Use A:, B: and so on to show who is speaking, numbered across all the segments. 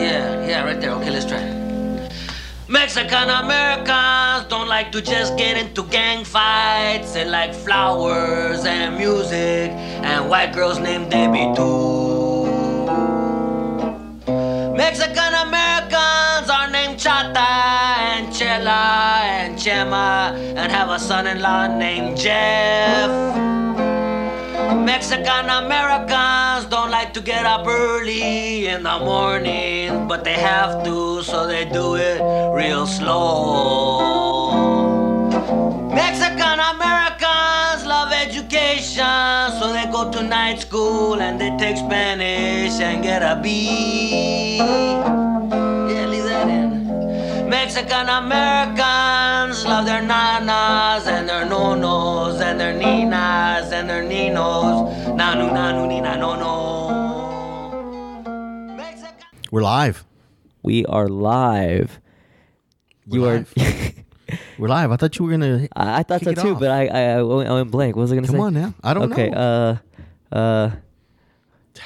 A: Yeah, right there. Okay, let's try. Mexican Americans don't like to just get into gang fights. They like flowers and music and white girls named Debbie too. Mexican Americans are named Chata and Chela and Chema and have a son-in-law named Jeff. Mexican Americans don't like to get up early in the morning, but they have to, so they do it real slow. Mexican Americans love education, so they go to night school and they take Spanish and get a B. Yeah, leave that in. Mexican Americans love their nanas and their nonos and their ninas and their ninos. Nanu, nanu, nina, nono. Mexican-
B: We're live.
C: We are live. you
B: We're
C: are.
B: live. We're live. I thought you were gonna.
C: I, I thought
B: Kick it
C: so too,
B: off.
C: but I, I I went I went blank. What was I gonna
B: Come
C: say?
B: on now. I don't
C: okay,
B: know.
C: uh, uh,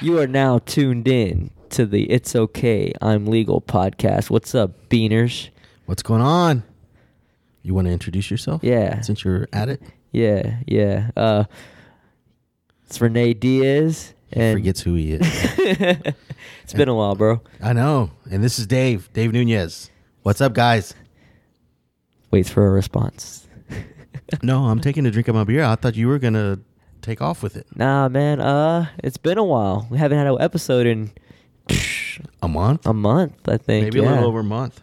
C: you are now tuned in to the "It's Okay, I'm Legal" podcast. What's up, Beaners?
B: What's going on? You want to introduce yourself?
C: Yeah.
B: Since you're at it,
C: Yeah, yeah. Uh, it's Renee Diaz.
B: he
C: and
B: forgets who he is.
C: It's been a while, bro.
B: I know. And this is Dave. Dave Nunez. What's up, guys?
C: Waits for a response.
B: No, I'm taking a drink of my beer. I thought you were gonna take off with it.
C: Nah, man. Uh, it's been a while. We haven't had an episode in
B: A month?
C: a month. I think
B: Maybe a
C: yeah.
B: little over a month.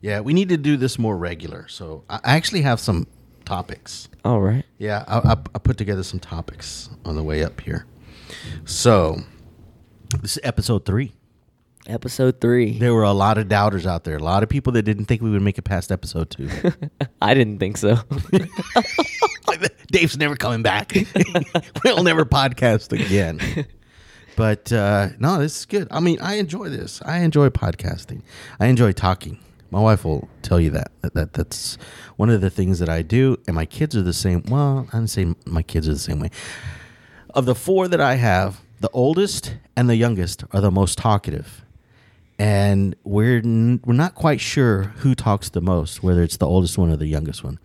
B: Yeah, we need to do this more regular. So I I actually have some topics.
C: All right.
B: Yeah, I, I, I put together some topics on the way up here. So, this is episode three.
C: Episode three.
B: There were a lot of doubters out there, a lot of people that didn't think we would make it past episode two.
C: I didn't think so.
B: Dave's never coming back. we'll never podcast again. But uh, no, this is good. I mean, I enjoy this. I enjoy podcasting. I enjoy talking. My wife will tell you that. that, that that's one of the things that I do. And my kids are the same. Well, I'm saying my kids are the same way. Of the four that I have, the oldest and the youngest are the most talkative. And we're, n- we're not quite sure who talks the most, whether it's the oldest one or the youngest one.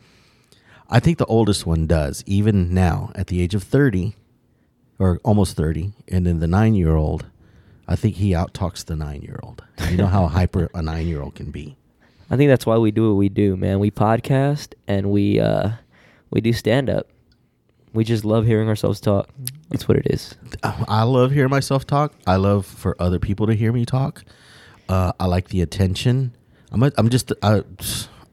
B: I think the oldest one does, even now at the age of 30 or almost 30. And then the nine year old, I think he out talks the nine year old. You know how hyper a nine year old can be.
C: I think that's why we do what we do, man. We podcast and we uh we do stand up. We just love hearing ourselves talk. That's what it is.
B: I I love hearing myself talk. I love for other people to hear me talk. Uh, I like the attention. I'm, a, I'm just, I,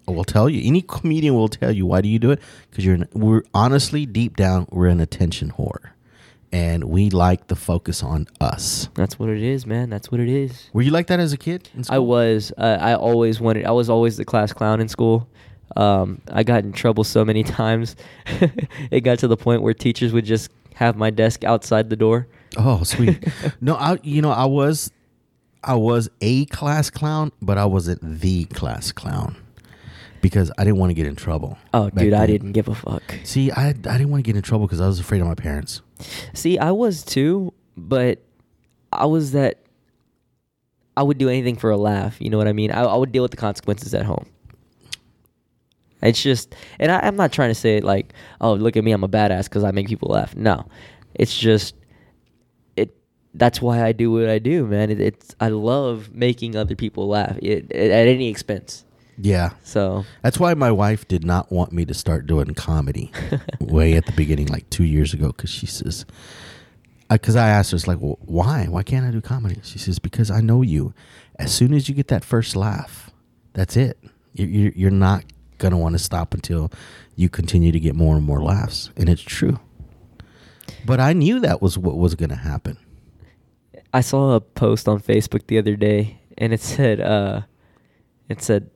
B: I will tell you, any comedian will tell you, why do you do it? Because you're, an, we're honestly, deep down, we're an attention whore. And we like the focus on us.
C: That's what it is, man. That's what it is.
B: Were you like that as a kid? in
C: I
B: school?
C: was uh, I always wanted I was always the class clown in school. Um I got in trouble so many times. it got to the point where teachers would just have my desk outside the door.
B: Oh, sweet. no, I you know, I was I was a class clown, but I wasn't the class clown because I didn't want to get in trouble.
C: Oh,
B: back
C: dude, I
B: then.
C: didn't give a fuck.
B: See, I I didn't want to get in trouble because I was afraid of my parents.
C: See, I was too, but I was that. I would do anything for a laugh. You know what I mean? I, I would deal with the consequences at home. It's just, and I, I'm not trying to say it like, oh, look at me, I'm a badass because I make people laugh. No, it's just, it. That's why I do what I do, man. It, it's I love making other people laugh it, it, at any expense.
B: Yeah.
C: So
B: That's why my wife did not want me to start doing comedy way at the beginning, like two years ago, because she says, because I asked her, it's like, well, why? Why can't I do comedy? She says, because I know you. As soon as you get that first laugh, that's it. You- you- You're not going to want to stop until you continue to get more and more laughs. And it's true. But I knew that was what was going to happen.
C: I saw a post on Facebook the other day, and it said, uh, "It said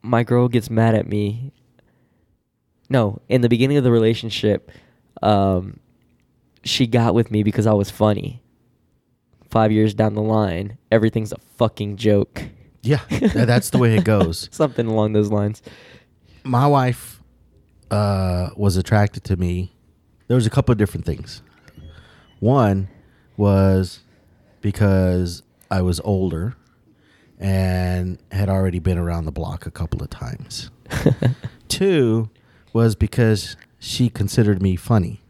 C: my girl gets mad at me." No, in the beginning of the relationship, um, she got with me because I was funny. Five years down the line, everything's a fucking joke.
B: Yeah, tha- that's the way it goes.
C: Something along those lines.
B: my wife uh, was attracted to me. There was a couple of different things. One was because I was older, and had already been around the block a couple of times. Two was because she considered me funny.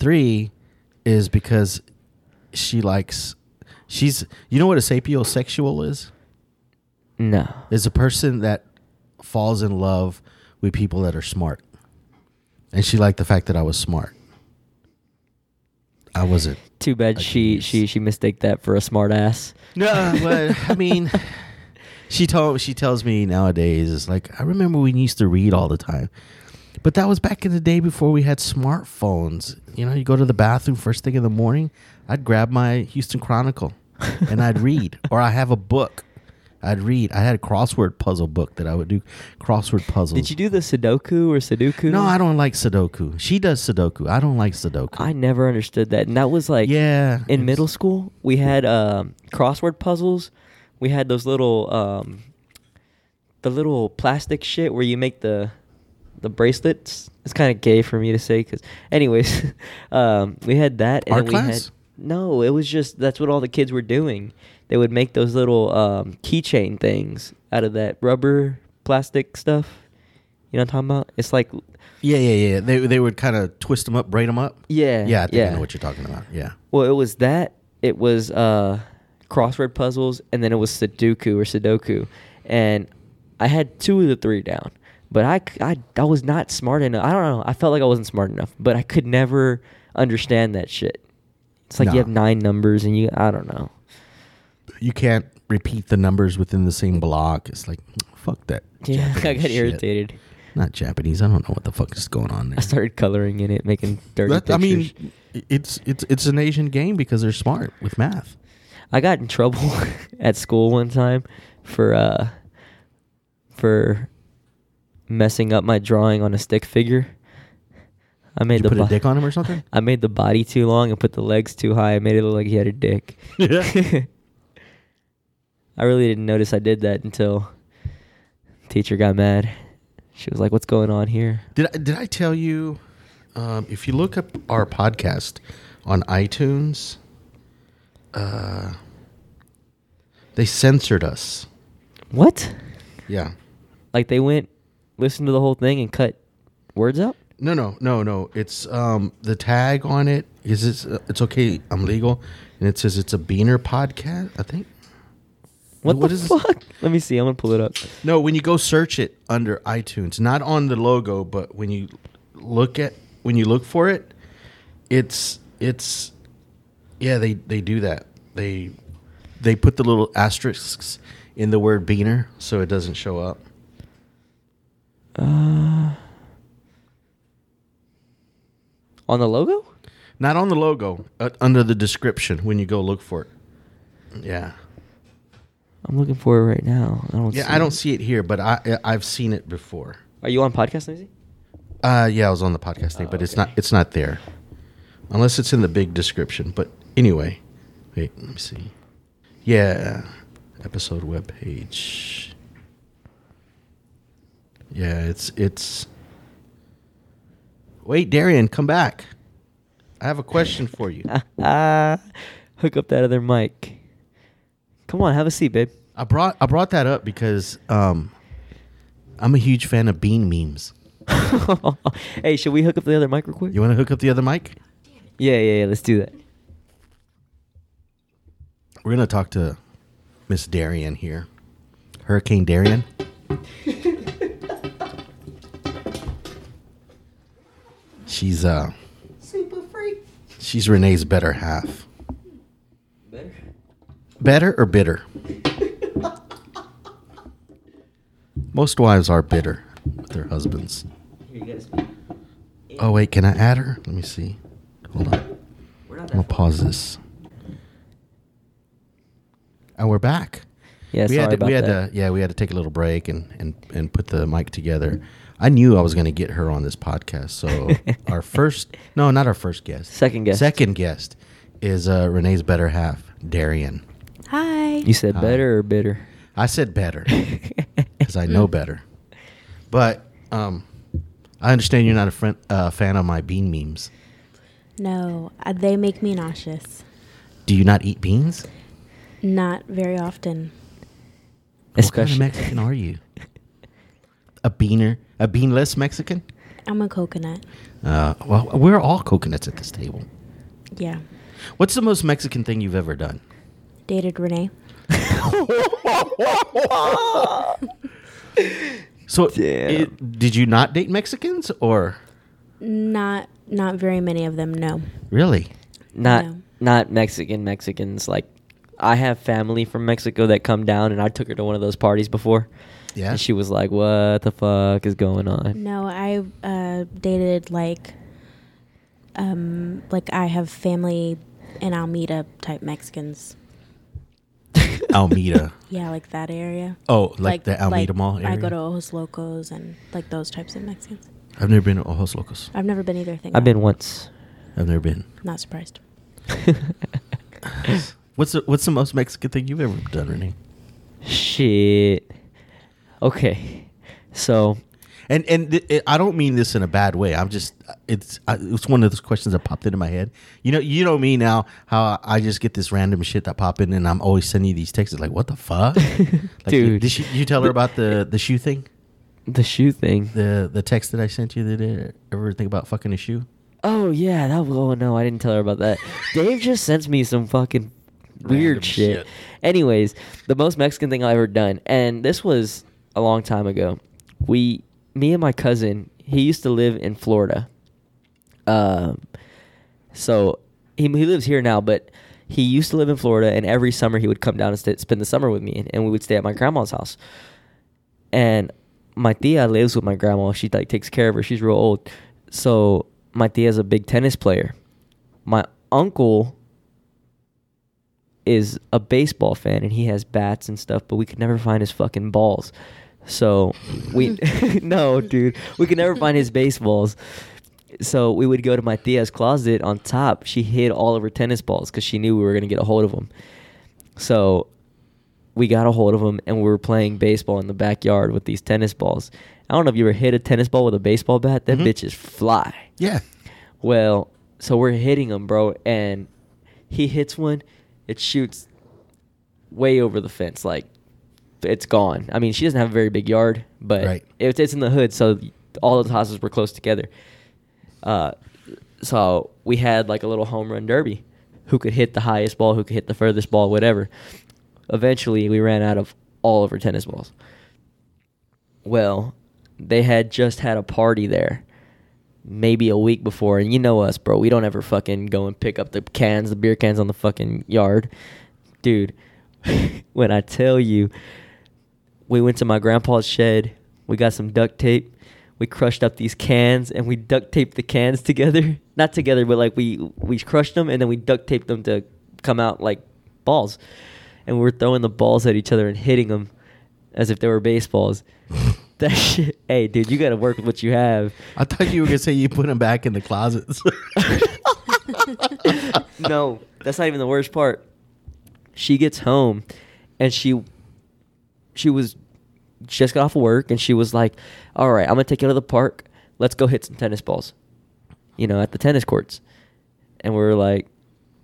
B: Three is because she likes she's you know what a sapiosexual is?
C: No.
B: Is a person that falls in love with people that are smart. And she liked the fact that I was smart. I wasn't.
C: Too bad
B: I
C: she
B: guess.
C: she she mistake that for a smart ass.
B: No, but I mean, she told she tells me nowadays it's like I remember we used to read all the time, but that was back in the day before we had smartphones. You know, you go to the bathroom first thing in the morning. I'd grab my Houston Chronicle and I'd read, or I have a book. I'd read. I had a crossword puzzle book that I would do crossword puzzles.
C: Did you do the Sudoku or Sudoku?
B: No, I don't like Sudoku. She does Sudoku. I don't like Sudoku.
C: I never understood that, and that was like
B: yeah,
C: in
B: it's-
C: middle school we had um, crossword puzzles we had those little um, the little plastic shit where you make the the bracelets it's kind of gay for me to say because anyways um, we had that and
B: Art
C: then we had
B: class?
C: no it was just that's what all the kids were doing they would make those little um, keychain things out of that rubber plastic stuff you know what i'm talking about it's like
B: Yeah, yeah, yeah. They they would kind of twist them up, braid them up.
C: yeah
B: Yeah, I think
C: yeah.
B: I know what you're talking about. Yeah.
C: Well, it was that. It was uh, crossword puzzles, and then it was Sudoku or Sudoku, and I had two of the three down. But I, c- I, I was not smart enough. I don't know. I felt like I wasn't smart enough, but I could never understand that shit. It's like
B: Nah.
C: you have nine numbers, and you I don't know.
B: You can't repeat the numbers within the same block. It's like, fuck that.
C: Yeah, I
B: Japanese
C: got
B: shit.
C: irritated.
B: Not Japanese. I don't know what the fuck is going on there.
C: I started coloring in it, making dirty
B: That-
C: pictures.
B: I mean, it's it's it's an Asian game because they're smart with math.
C: I got in trouble at school one time for uh for messing up my drawing on a stick figure. I made
B: Did you
C: the
B: put a
C: bo-
B: dick on him or something?
C: I made the body too long and put the legs too high. I made it look like he had a dick. I really didn't notice I did that until teacher got mad. She was like, "What's going on here?"
B: Did I, did I tell you? Um, if you look up our podcast on iTunes, uh, they censored us.
C: What?
B: Yeah.
C: Like they went listened to the whole thing and cut words out?
B: No, no, no, no. It's um the tag on it is it's uh, it's okay. I'm legal, and it says it's a Beaner podcast. I think.
C: What,
B: What
C: the
B: is this?
C: fuck? Let me see. I'm gonna pull it up.
B: No, when you go search it under iTunes, not on the logo, but when you look at when you look for it, it's it's yeah they they do that they they put the little asterisks in the word Beaner so it doesn't show up.
C: On the logo?
B: Not on the logo, uh, under the description when you go look for it. Yeah.
C: I'm looking for it right now. I don't.
B: Yeah,
C: see
B: I don't
C: it.
B: see it here, but I I- I've seen it before.
C: Are you on podcast, Lindsay?
B: Uh, yeah, I was on the podcast thing,
C: Oh,
B: but it's
C: okay.
B: not it's not there, unless it's in the big description. But anyway, wait, let me see. Yeah, episode web page. Yeah, it's it's. Wait, Darian, come back. I have a question for you.
C: Ah, hook up that other mic. Come on, have a seat, babe.
B: I brought I brought that up because um, I'm a huge fan of bean memes.
C: hey, should we hook up the other mic real quick?
B: You want to hook up the other mic?
C: Yeah, yeah, yeah. Let's do that.
B: We're gonna talk to Miss Darian here, Hurricane Darian. she's uh,
D: Super freak.
B: she's Renee's better half.
C: Better.
B: Better or bitter? Most wives are bitter with their husbands.
C: Here, you gotta speak.
B: Oh wait, can I add her? Let me see. Hold on.
C: We're not
B: I'm gonna pause this. And we're back.
C: Yeah,
B: we
C: sorry
B: had to,
C: about
B: we had
C: that.
B: to yeah we had to take a little break and and and put the mic together. I knew I was going to get her on this podcast, so our first no not our first guest
C: Second guest.
B: second guest is uh, Renee's better half Darian.
D: Hi.
C: You said
B: Hi.
C: better or bitter?
B: I said better because I know better, but um, I understand you're not a friend, uh, fan of my bean memes.
D: no, uh, they make me nauseous.
B: Do you not eat beans?
D: Not very often.
C: Especially
B: What kind of Mexican are you? A beaner, a beanless Mexican?
D: I'm a coconut.
B: Uh, well, we're all coconuts at this table.
D: Yeah.
B: What's the most Mexican thing you've ever done?
D: Dated Renee.
B: So,
C: Damn.
B: it- did you not date Mexicans or
D: Not not very many of them, no.
B: really?
C: not
D: No.
C: not Mexican Mexicans. Like I have family from Mexico that come down, and I took her to one of those parties before.
B: Yeah.
C: And she was like, "What the fuck is going on?"
D: No, I uh, dated like um like I have family in Almeda type Mexicans.
B: Almeida.
D: Yeah, like that area.
B: Oh, like, the Almeida
D: like
B: Mall area.
D: I go to Ojos Locos and like those types of Mexicans.
B: I've never been to Ojos Locos.
D: I've never been either. Thing
C: I've been once.
B: I've never been.
D: Not surprised.
B: What's the, what's the most Mexican thing you've ever done, Renee?
C: Shit. Okay. So
B: And and th- it, I don't mean this in a bad way. I'm just it's I, it's one of those questions that popped into my head. You know, you know me now how I just get this random shit that pop in, and I'm always sending you these texts like, "What the fuck, like,
C: Dude.
B: Did you, you tell her about the the shoe thing?
C: the shoe thing.
B: The the text that I sent you that did ever think about fucking a shoe?
C: Oh yeah, that. Oh no, I didn't tell her about that. Dave just sends me some fucking
B: Random
C: weird shit.
B: shit.
C: Anyways, the most Mexican thing I've ever done, and this was a long time ago. We, me and my cousin, he used to live in Florida. Um, so he he lives here now, but he used to live in Florida, and every summer he would come down and st- spend the summer with me, and, and we would stay at my grandma's house and my tia lives with my grandma. She like takes care of her. She's real old. So my tia's a big tennis player. My uncle is a baseball fan and he has bats and stuff, but we could never find his fucking balls. So we no, dude, we could never find his baseballs. So we would go to my tia's closet on top. She hid all of her tennis balls because she knew we were gonna get a hold of them. So we got a hold of them and we were playing baseball in the backyard with these tennis balls. I don't know if you ever hit a tennis ball with a baseball bat. Them
B: Mhm.
C: bitches fly.
B: Yeah,
C: Well, so we're hitting him, bro, and he hits one. It shoots way over the fence, like it's gone. I mean, she doesn't have a very big yard, but
B: Right.
C: it's it's in the hood, so all of the houses were close together. Uh, so we had like a little home run derby. Who could hit the highest ball? Who could hit the furthest ball? Whatever. Eventually, we ran out of all of her tennis balls. Well, they had just had a party there maybe a week before and you know us bro we don't ever fucking go and pick up the cans the beer cans on the fucking yard dude when i tell you we went to my grandpa's shed we got some duct tape we crushed up these cans and we duct taped the cans together not together but like we we crushed them and then we duct taped them to come out like balls and we were throwing the balls at each other and hitting them as if they were baseballs that shit hey dude you gotta work with what you have
B: I thought you were gonna say you put them back in the closets.
C: no, that's not even the worst part. She gets home and she she was she just got off of work and she was like, "All right, I'm going to take you out of the park. Let's go hit some tennis balls." You know, at the tennis courts. And we were like,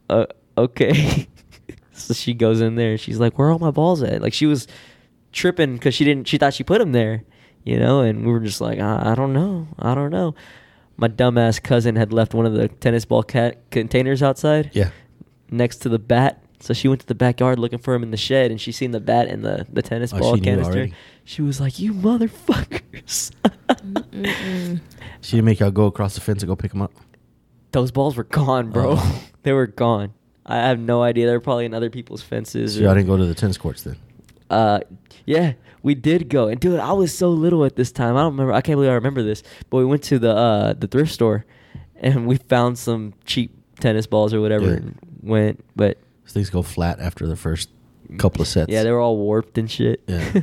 C: "Uh okay." so she goes in there and she's like, "Where are all my balls at?" Like she was tripping cuz she didn't she thought she put them there, you know, and we were just like, "I, I don't know. I don't know." My dumbass cousin had left one of the tennis ball cat containers outside
B: yeah,
C: next to the bat. So she went to the backyard looking for him in the shed, and she seen the bat and the, the tennis
B: Oh,
C: ball
B: she knew
C: canister.
B: already.
C: She was like, "You motherfuckers!
D: Mm-mm-mm.
B: she didn't make y'all go across the fence and go pick them up.
C: Those balls were gone, bro.
B: Oh.
C: they were gone. I have no idea. They were probably in other people's fences."
B: So y'all didn't go to the tennis courts then.
C: uh, yeah, we did go, and dude, I was so little at this time. I don't remember. I can't believe I remember this. But we went to the uh, the thrift store, and we found some cheap tennis balls or whatever,
B: Yeah.
C: and went. But
B: Things go flat after the first couple of sets.
C: yeah, they were all warped and shit.
B: Yeah.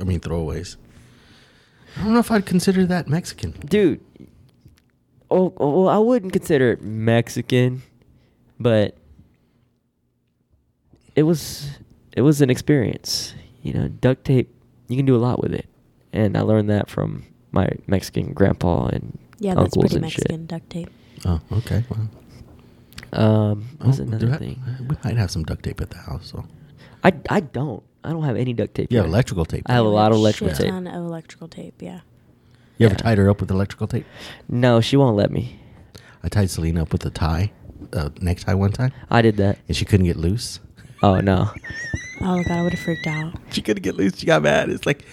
B: I mean, throwaways. I don't know if I'd consider that Mexican.
C: dude. Oh, oh, well, I wouldn't consider it Mexican, but it was it was an experience. You know, duct tape. You can do a lot with it, and I learned that from my Mexican grandpa and
D: Yeah, that's
C: uncles
D: pretty
C: and
D: Mexican duct tape.
B: Oh, okay. Well,
C: shit. Um, what was
B: oh,
C: another
B: do I-
C: thing?
B: We might have some duct tape at the house. So
C: I I don't. I don't have any duct tape.
B: You have
C: here.
B: electrical tape.
C: I have a
D: Yeah,
C: lot of electrical
D: shit
C: tape.
D: ton of electrical tape. Yeah.
B: you ever
C: yeah.
B: tied her up with electrical tape?
C: No, she won't let me.
B: I tied Selena up with a tie, a necktie one time,
C: I did that.
B: and she couldn't get loose.
C: Oh no.
D: Oh god, I would have freaked out.
B: she couldn't get loose. She got mad. It's like,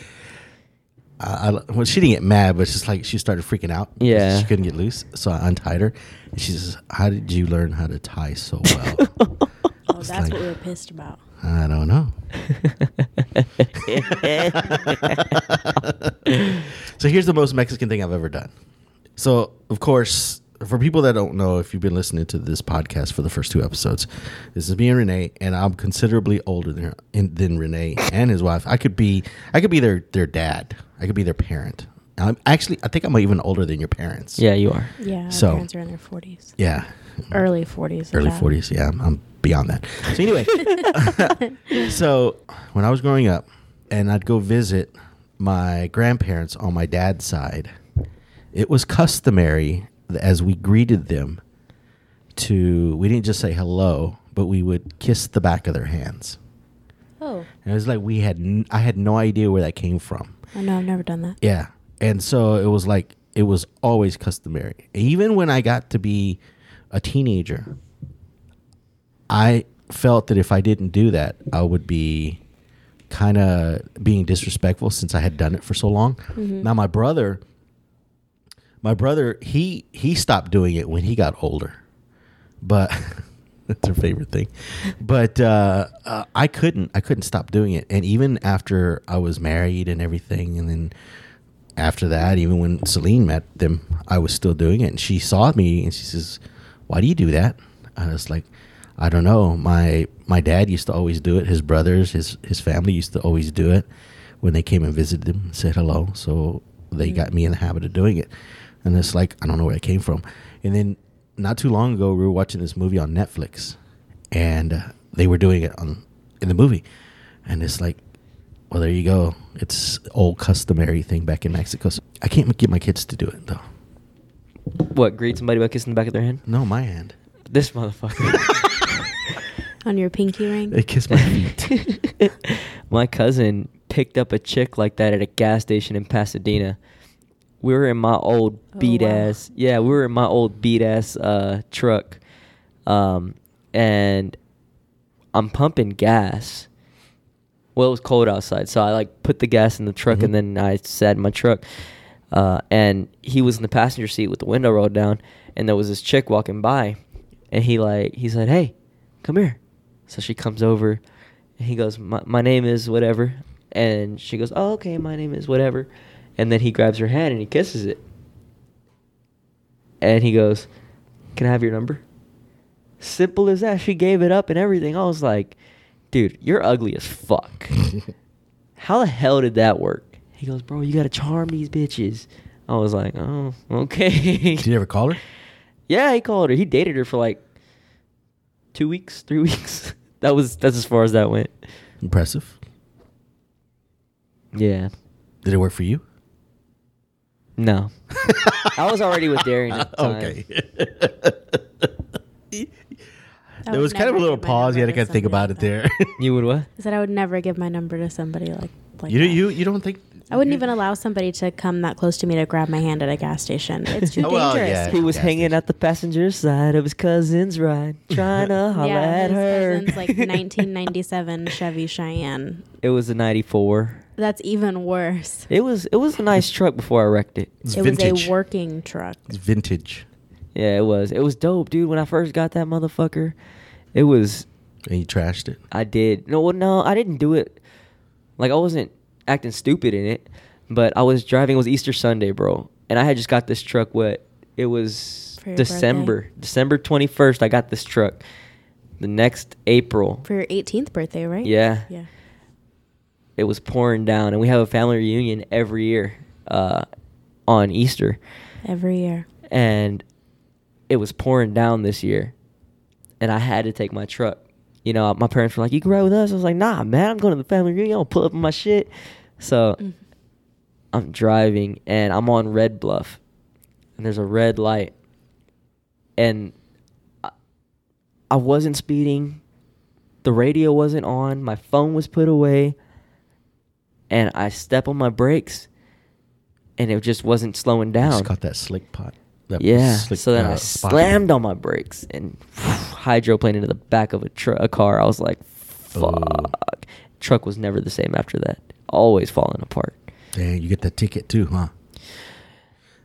B: I, I well, she didn't get mad, but it's just like she started freaking out.
C: Yeah.
B: she couldn't get loose, so I untied her. And she says, "How did you learn how to tie so well?"
D: Oh,
B: It's
D: that's
B: like-
D: what we were pissed about.
B: I don't know. so here's the most Mexican thing I've ever done. So, of course, for people that don't know, if you've been listening to this podcast for the first two episodes, this is me and Renee, and I'm considerably older than, in- than Renee and his wife. I could be, I could be their their dad. I could be their parent. I'm actually, I think I'm even older than your parents.
C: Yeah, you are.
D: Yeah, our
B: So-
D: parents are in their forties,
B: yeah,
D: early forties,
B: early 40s. Yeah, I'm, I'm beyond that. So anyway, so when I was growing up, and I'd go visit my grandparents on my dad's side, it was customary that as we greeted them to we didn't just say hello, but we would kiss the back of their hands.
D: Oh,
B: And it was like we had n- I had no idea where that came from.
D: I know. I've never done that.
B: Yeah. And so it was like it was always customary. Even when I got to be a teenager, I felt that if I didn't do that, I would be kind of being disrespectful since I had done it for so long. Now my brother my brother he he stopped doing it when he got older. But that's her favorite thing. But uh, uh, I couldn't I couldn't stop doing it. And even after I was married and everything and then after that, even when Celine met them, I was still doing it. And she saw me and she says, "Why do you do that?" And I was like, "I don't know. My my dad used to always do it. His brothers, his his family used to always do it when they came and visited them, and said hello. So they got me in the habit of doing it. And it's like I don't know where it came from. And then not too long ago, we were watching this movie on Netflix, and uh, they were doing it on in the movie. And it's like well, there you go. It's old customary thing back in Mexico. So I can't get my kids to do it though.
C: What? Greet somebody by kissing the back of their hand?
B: No, my hand.
C: This motherfucker.
D: On your pinky ring.
B: They kiss my feet.
C: My cousin picked up a chick like that at a gas station in Pasadena. We were in my old
D: Oh,
C: beat
D: wow.
C: ass. Yeah, we were in my old beat ass uh, truck, um, and I'm pumping gas. Well, it was cold outside, so I like put the gas in the truck,
B: Mhm.
C: and then I sat in my truck. Uh, and he was in the passenger seat with the window rolled down, and there was this chick walking by, and he like he said, "Hey, come here." So she comes over, and he goes, "My my name is whatever," and she goes, "Oh, okay, my name is whatever," and then he grabs her hand and he kisses it, and he goes, "Can I have your number?" Simple as that. She gave it up and everything. I was like, "Dude, you're ugly as fuck." how the hell did that work? He goes, bro, you gotta charm these bitches. I was like, oh, okay.
B: Did you ever call her?
C: yeah, he called her. He dated her for like two weeks, three weeks. that was that's as far as that went.
B: Impressive.
C: Yeah.
B: Did it work for you?
C: No. I was already with Darian at the time.
B: Okay.
D: I
B: there
D: would
B: was kind of a
D: never
B: little
D: give my
B: pause. You had
D: number
B: to kind of think
D: somebody
B: about
D: like
B: it
D: that.
B: there.
C: You would what?
D: I said I would never give my number to somebody like like
B: you
D: that.
B: you you don't think
D: I wouldn't even allow somebody to come that close to me to grab my hand at a gas station. It's too
B: Oh,
D: dangerous.
B: well, yeah.
C: He was
B: Gas
C: hanging
B: station.
C: at the passenger side of his cousin's ride, trying to holler
D: Yeah,
C: at
D: his
C: her.
D: cousin's like 1997 Chevy Cheyenne.
C: it was a '94.
D: That's even worse.
C: It was it was a nice truck before I wrecked it.
B: It's
D: it was
B: vintage.
D: a working truck.
B: It's vintage.
C: Yeah, it was. It was dope, dude. When I first got that motherfucker, it was.
B: And you trashed it.
C: I did. No, well, no, I didn't do it. Like I wasn't acting stupid in it, but I was driving. It was Easter Sunday, bro, and I had just got this truck. What? It was
D: For your
C: December,
D: birthday?
C: December twenty first. I got this truck. The next April,
D: For your 18th birthday, right?
C: Yeah.
D: Yeah.
C: it was pouring down, and we have a family reunion every year uh, on Easter.
D: Every year.
C: and it was pouring down this year, and I had to take my truck. You know, my parents were like, "You can ride with us." I was like, "Nah, man, I'm going to the family reunion. I'll pull up in my shit." So I'm driving, and I'm on Red Bluff, and there's a red light, and I, I wasn't speeding. The radio wasn't on. My phone was put away. and I step on my brakes, and it just wasn't slowing down.
B: Just caught that slick pot. That
C: yeah,
B: slick,
C: so then
B: uh,
C: I
B: spot.
C: slammed on my brakes and hydroplaned into the back of a, tr- a car. I was like,
B: Oh.
C: "Fuck!" Truck was never the same after that. Always falling apart.
B: Dang, you get that ticket too, huh?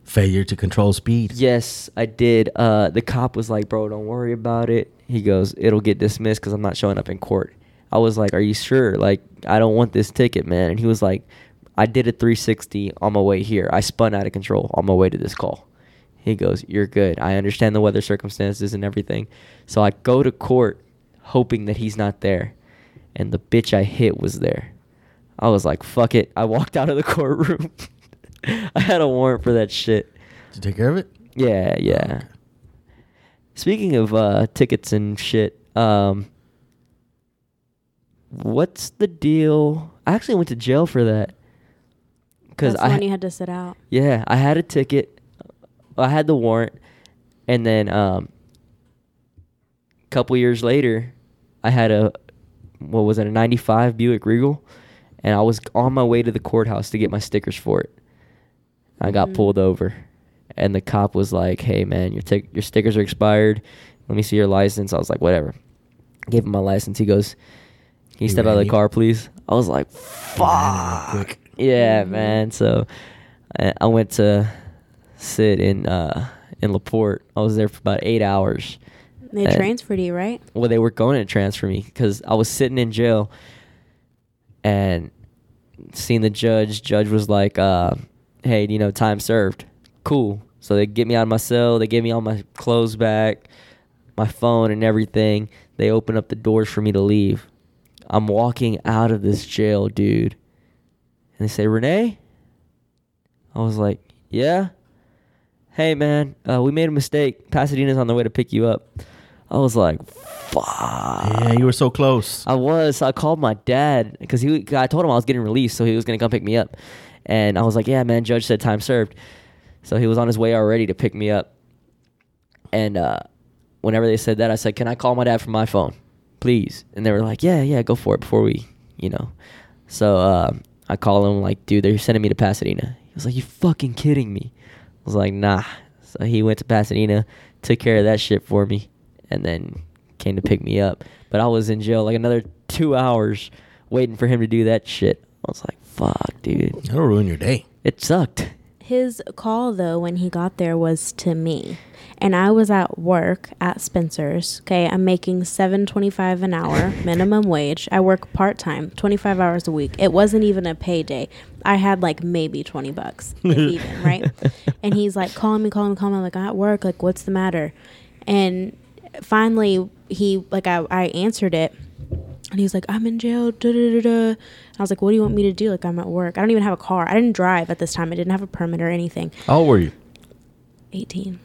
B: Failure to control speed.
C: Yes, I did. Uh, the cop was like, "Bro, don't worry about it." He goes, "It'll get dismissed because I'm not showing up in court." I was like, "Are you sure? Like, I don't want this ticket, man." And he was like, "I did a 360 on my way here. I spun out of control on my way to this call." He goes, "You're good. I understand the weather circumstances and everything." So I go to court, hoping that he's not there, and the bitch I hit was there. I was like, "Fuck it." I walked out of the courtroom. I had a warrant for that shit.
B: Did you take care of it?
C: Yeah, yeah.
B: okay.
C: Speaking of uh, tickets and shit, um, what's the deal? I actually went to jail for that because
D: That's
C: I
D: the one
C: ha-
D: you had to sit out.
C: yeah I had a ticket, I had the warrant, and then um, couple years later, I had a what was it a '95 Buick Regal, and I was on my way to the courthouse to get my stickers for it. I got
D: Mhm.
C: pulled over, and the cop was like, "Hey man, your tic- your stickers are expired. Let me see your license." I was like, "Whatever." Gave him my license. He goes, "Can you
B: He
C: step out of
B: ran
C: the
B: you?
C: car, please?" I was like,
B: Ran in real
C: "Fuck."
B: quick.
C: Yeah,
D: Mhm.
C: man. So I, I went to sit in uh, in Laporte. I was there for about eight hours.
D: They
C: And-
D: transferred you, right?
C: well, they were going to transfer me because I was sitting in jail and seeing the judge. Judge was like, uh, "Hey, you know, time served. Cool." So they get me out of my cell. They give me all my clothes back, my phone, and everything. They open up the doors for me to leave. I'm walking out of this jail, dude, and they say, "Renee." I was like, "Yeah." Hey man, uh, we made a mistake. Pasadena's on the way to pick you up. I was like, "Fuck."
B: Yeah, you were so close.
C: Ah. I was. I called my dad because he. I told him I was getting released, so he was gonna come pick me up, and I was like, "Yeah, man." Judge said time served, so he was on his way already to pick me up. And uh, whenever they said that, I said, "Can I call my dad from my phone, please?" And they were like, "Yeah, yeah, go for it." Before we, you know, so um, I call him like, "Dude, they're sending me to Pasadena." He was like, "You fucking kidding me?" I was like, "Nah." So he went to Pasadena, took care of that shit for me, and then came to pick me up. But I was in jail like another two hours waiting for him to do that shit. I was like, "Fuck, dude,
B: That'll ruin your day.
C: it sucked."
D: His call, though, when he got there was to me. And I was at work at Spencer's. Okay, I'm making seven twenty-five an hour minimum wage. I work part time, twenty-five hours a week. It wasn't even a payday. I had like maybe twenty bucks, if even right. And he's like calling me, calling me, calling me. I'm like, I'm at work. Like, what's the matter? And finally, he like I, I answered it. And he's like, I'm in jail. Da, da, da, da. And I was like, What do you want me to do? Like, I'm at work. I don't even have a car. I didn't drive at this time. I didn't have a permit or anything.
B: How old were you?
D: 18.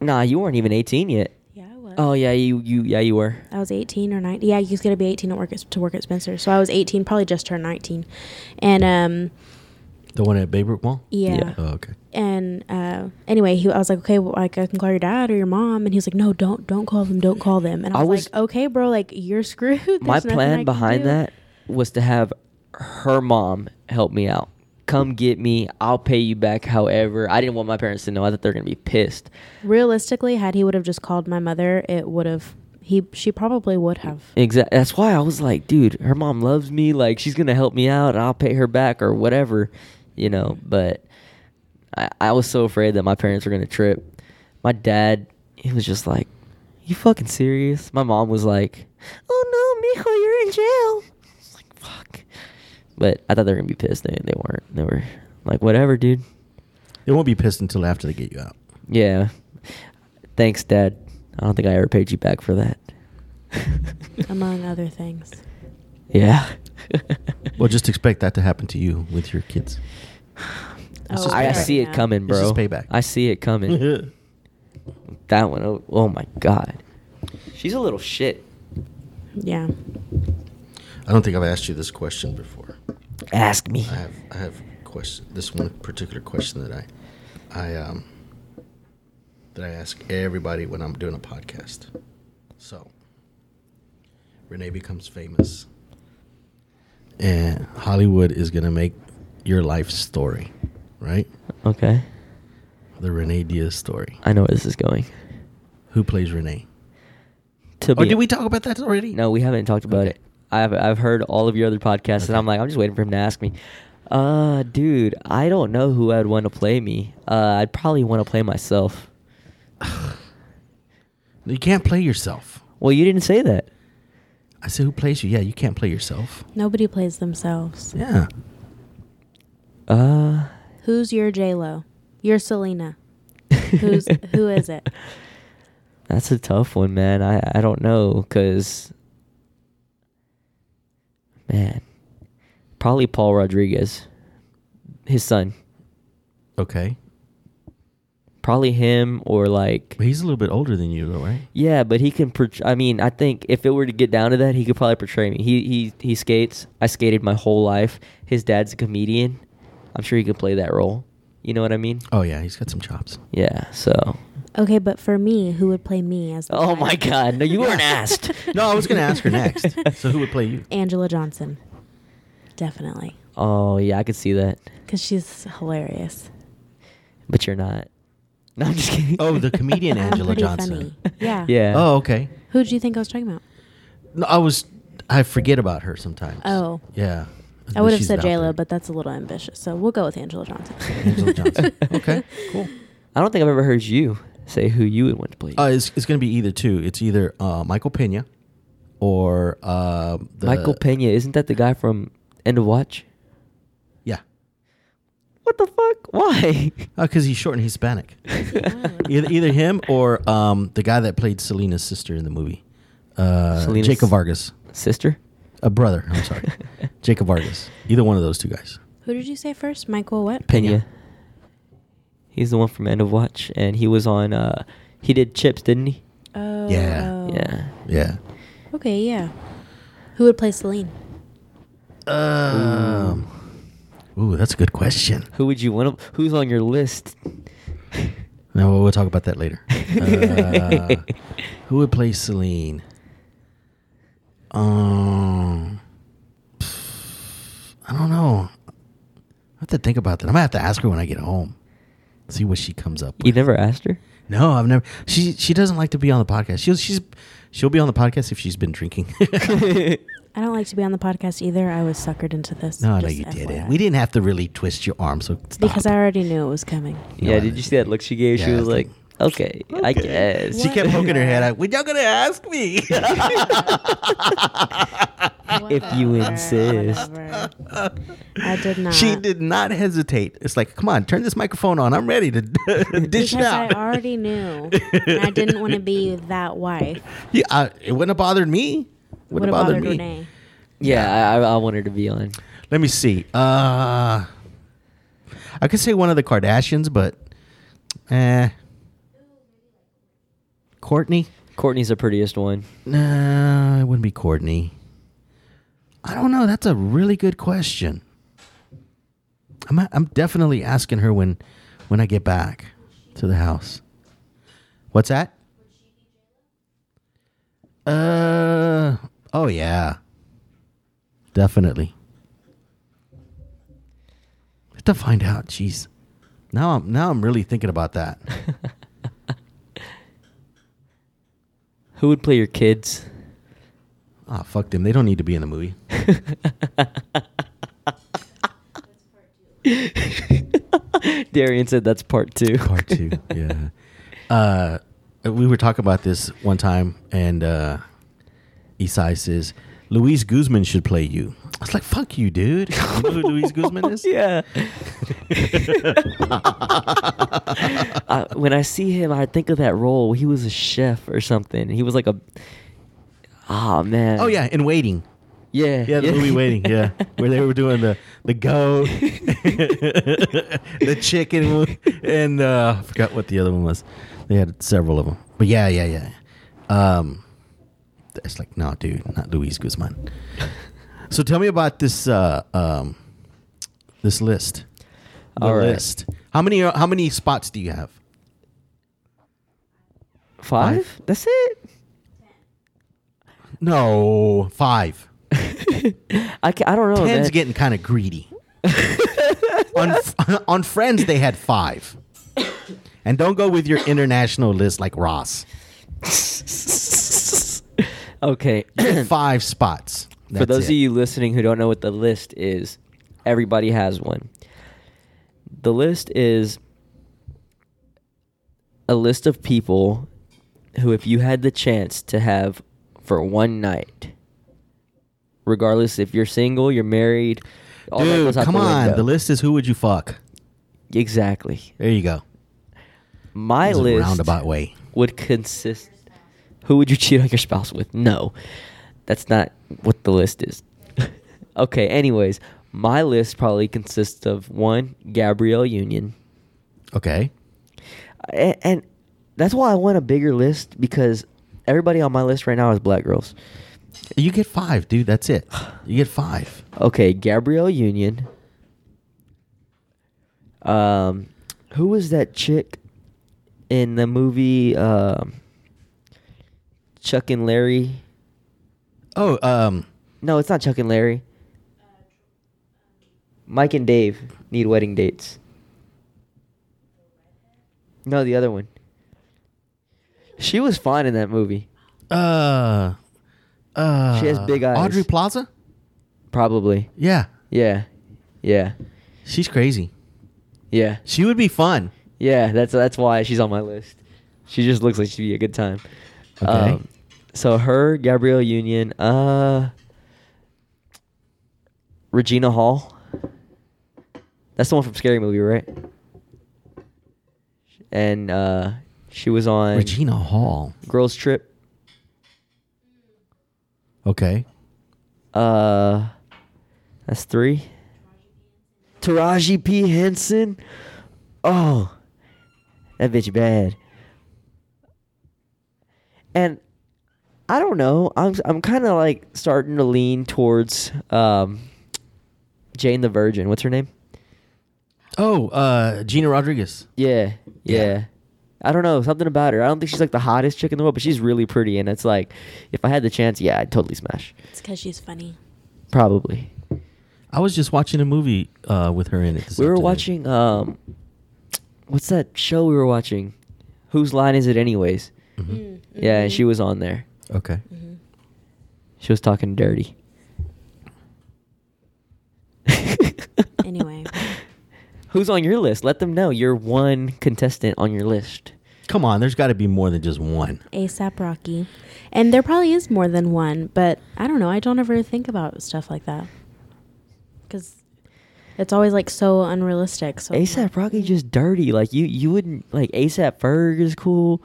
C: Nah, you weren't even 18 yet.
D: Yeah, I was.
C: Oh yeah, you you yeah you were.
D: I was 18 or 19. Yeah, you was gonna be 18 at work at, to work at Spencer. So I was 18, probably just turned 19, and um,
B: The one at Baybrook Mall?
D: yeah.
C: Yeah.
B: Oh, okay.
D: And uh, anyway, he I was like, okay, well, like I can call your dad or your mom, and he was like, no, don't, don't call them, don't call them. And I
C: I
D: was,
C: was-
D: like, okay, bro, like you're screwed. There's
C: My
D: nothing I
C: plan
D: can
C: behind
D: do.
C: that was to have her mom help me out. Come get me. I'll pay you back. However, I didn't want my parents to know. I thought they're gonna be pissed.
D: Realistically, had he would have just called my mother, it would have. He she probably would have.
C: Exactly. That's why I was like, dude, her mom loves me. Like she's gonna help me out, and I'll pay her back or whatever, you know. But I, I was so afraid that my parents were gonna trip. My dad, he was just like, "You fucking serious?" My mom was like, "Oh no, mijo, you're in jail." I was like, "Fuck." But I thought they were gonna be pissed. They they weren't. They were like, "Whatever, dude."
B: They won't be pissed until after they get you out.
C: Yeah. Thanks, Dad. I don't think I ever paid you back for that.
D: Among other things.
C: Yeah.
B: Well, just expect that to happen to you with your kids. It's
D: Oh,
B: just
C: I, I
B: payback.
C: see it
D: Yeah.
C: coming,
B: It's
C: bro.
B: just payback.
C: I see it coming. that one, oh, oh my god. She's a little shit.
D: Yeah.
B: I don't think I've asked you this question before.
C: Ask me.
B: I have I have question this one particular question that I I um that I ask everybody when I'm doing a podcast. So Renee becomes famous. And Hollywood is going to make your life story, right?
C: Okay.
B: The Renee Diaz story.
C: I know where this is going.
B: Who plays Renee?
C: To
B: Oh,
C: be-
B: did we talk about that already?
C: No, we haven't talked about
B: Okay.
C: it. I've I've heard all of your other podcasts,
B: Okay.
C: and I'm like, I'm just waiting for him to ask me. Uh, dude, I don't know who I'd want to play me. Uh, I'd probably want to play myself.
B: You can't play yourself.
C: Well, you didn't say that.
B: I said, who plays you? Yeah, you can't play yourself.
D: Nobody plays themselves.
B: Yeah.
C: Uh,
D: Who's your J Lo? Your Selena. Who's who is it?
C: That's a tough one, man. I I don't know, cause man, probably Paul Rodriguez, his son,
B: Okay.
C: probably him or like
B: But he's a little bit older than you, though, right?
C: Yeah, but he can. portr- I mean, I think if it were to get down to that, he could probably portray me. He he he skates. I skated my whole life. His dad's a comedian. I'm sure he could play that role. You know what I mean?
B: Oh, yeah. He's got some chops.
C: Yeah. So.
D: Okay, but for me, who would play me as? The
C: Oh
D: wife?
C: my God! No, you weren't asked.
B: No, I was going to ask her next. So who would play you?
D: Angela Johnson, definitely,
C: Oh yeah, I could see that,
D: because she's hilarious.
C: but you're not. No, I'm just kidding.
B: Oh, the comedian
D: I'm
B: Angela
D: pretty
B: Johnson.
D: funny. Yeah.
C: Yeah.
B: Oh, okay.
D: Who do you think I was talking about?
B: No, I was. I forget about her sometimes.
D: Oh.
B: Yeah.
D: I would have
B: She's
D: said
B: out
D: J Lo,
B: there.
D: but that's a little ambitious. So we'll go with Angela Johnson.
B: Angela Johnson. Okay, cool.
C: I don't think I've ever heard you say who you would want to play.
B: Uh, it's it's going to be either two. It's either uh, Michael Pena or uh, the,
C: Michael Pena. Isn't that the guy from End of Watch?
B: Yeah,
C: What the fuck? Why?
B: because he's short and Hispanic. either, either him or um, the guy that played Selena's sister in the movie, uh,
C: Selena's-
B: Jacob Vargas,
C: Sister.
B: a brother. I'm sorry, Jacob Vargas. Either one of those two guys.
D: Who did you say first? Michael what?
B: Pena.
C: Pena. He's the one from End of Watch, and he was on. uh He did Chips, didn't he?
D: Oh.
B: Yeah.
D: oh.
C: Yeah.
B: Yeah.
D: Okay, yeah. Who would play Celine?
B: Um, ooh, that's a good question.
C: Who would you want? To, who's on your list?
B: No, we'll, we'll talk about that later. Uh, who would play Celine? Um, I don't know. I have to think about that. I'm gonna have to ask her when I get home. See what she comes up.
C: You
B: with.
C: never asked her.
B: No, I've never. She she doesn't like to be on the podcast. She'll she's she'll be on the podcast if she's been drinking.
D: I don't like to be on the podcast either. I was suckered into this.
B: no, no,
D: Just
B: you didn't.
D: FYI.
B: We didn't have to really twist your arm. So stop.
D: Because I already knew it was coming.
B: No, I
C: yeah. Did
B: didn't.
C: you see that look she gave? she
B: Yeah,
C: was
B: I
C: like,
B: think-
C: okay, I guess.
B: she kept poking her head out. When y'all gonna ask me?
C: If you insist.
D: Whatever. I did not.
B: She did not hesitate. It's like, come on, turn this microphone on. I'm ready to dish
D: Because
B: it
D: I
B: out.
D: already knew. and I didn't want to be that wife.
B: Yeah, I- it wouldn't have bothered me.
D: Would
B: Wouldn't
D: have
B: have bothered,
D: bothered
B: me.
D: Renee.
C: Yeah, I, I I want her to be on.
B: Let me see. Uh, I could say one of the Kardashians, but eh. Courtney?
C: Courtney's the prettiest one.
B: No, it wouldn't be Courtney. I don't know. That's a really good question. I'm I'm definitely asking her when when I get back to the house. What's that? Uh oh yeah. Definitely. Have to find out. Jeez. Now I'm now I'm really thinking about that.
C: Who would play your kids?
B: Ah, fuck them. They don't need to be in the movie.
C: Darian said that's part two.
B: part two yeah uh we were talking about this one time and uh Isai says Luis Guzman should play you I was like fuck you dude you know who Luis Guzman is
C: yeah. I, Uh, when I see him, I think of that role. He was a chef or something. He was like a. Ah man.
B: oh yeah in Waiting
C: Yeah.
B: yeah the movie Waiting yeah where they were doing the the goat the chicken one, and uh I forgot what the other one was they had several of them but yeah yeah yeah um it's like no dude not Luis Guzman So tell me about this uh, um, this list. The
C: All right.
B: list. How many are, how many spots do you have?
C: Five? That's it.
B: No, five.
C: I, ca- I don't know.
B: Ten's
C: man.
B: getting kind of greedy. on, on Friends, they had five. And don't go with your international list like Ross.
C: okay.
B: Five spots.
C: For
B: That's
C: those
B: it.
C: of you listening who don't know what the list is, everybody has one. The list is a list of people who, if you had the chance to have for one night, regardless if you're single, you're married, all that
B: dude,
C: goes out
B: come
C: the
B: on.
C: window.
B: The list is who would you fuck?
C: Exactly.
B: There you go.
C: My
B: This is a
C: list
B: roundabout way.
C: would consist. Who would you cheat on your spouse with? No, that's not what the list is. okay, anyways, my list probably consists of one Gabrielle Union,
B: Okay.
C: and, and that's why I want a bigger list because everybody on my list right now is black girls.
B: You get five, dude. That's it. You get five.
C: Okay, Gabrielle Union. Um, who was that chick in the movie um, Chuck and Larry?
B: Oh, um,
C: No, it's not Chuck and Larry. Mike and Dave need wedding dates. No, the other one. She was fine in that movie.
B: uh, uh,
C: She has big eyes.
B: Audrey Plaza?
C: Probably.
B: Yeah.
C: Yeah. Yeah.
B: She's crazy.
C: Yeah.
B: She would be fun.
C: Yeah, that's that's why she's on my list. She just looks like she'd be a good time.
B: Okay.
C: Um, so her, Gabrielle Union, uh, Regina Hall. That's the one from Scary Movie, right? And uh, she was on
B: Regina Hall.
C: Girls Trip.
B: Okay.
C: Uh, that's three. Taraji P Henson. Oh, that bitch bad. And I don't know. I'm I'm kind of like starting to lean towards um, Jane the Virgin. What's her name?
B: Oh, uh, Gina Rodriguez.
C: Yeah, yeah. I don't know something about her. I don't think she's like the hottest chick in the world, but she's really pretty. And it's like, if I had the chance, yeah, I'd totally smash.
D: It's because she's funny.
C: Probably.
B: I was just watching a movie uh, with her in it. this
C: We were
B: afternoon.
C: watching um what's that show we were watching? Whose line is it anyways?
D: Mm,
C: Yeah, and
D: mhm.
C: she was on there.
B: Okay.
C: Mm-hmm.
D: Mhm.
C: She was talking dirty.
D: Anyway.
C: Who's on your list? Let them know. You're one contestant on your list.
B: Come on, there's got to be more than just one.
D: ASAP Rocky. And there probably is more than one, but I don't know. I don't ever think about stuff like that. Because it's always like so unrealistic. So I'm like,
C: ASAP Rocky just dirty. Like you you wouldn't like ASAP Ferg is cool.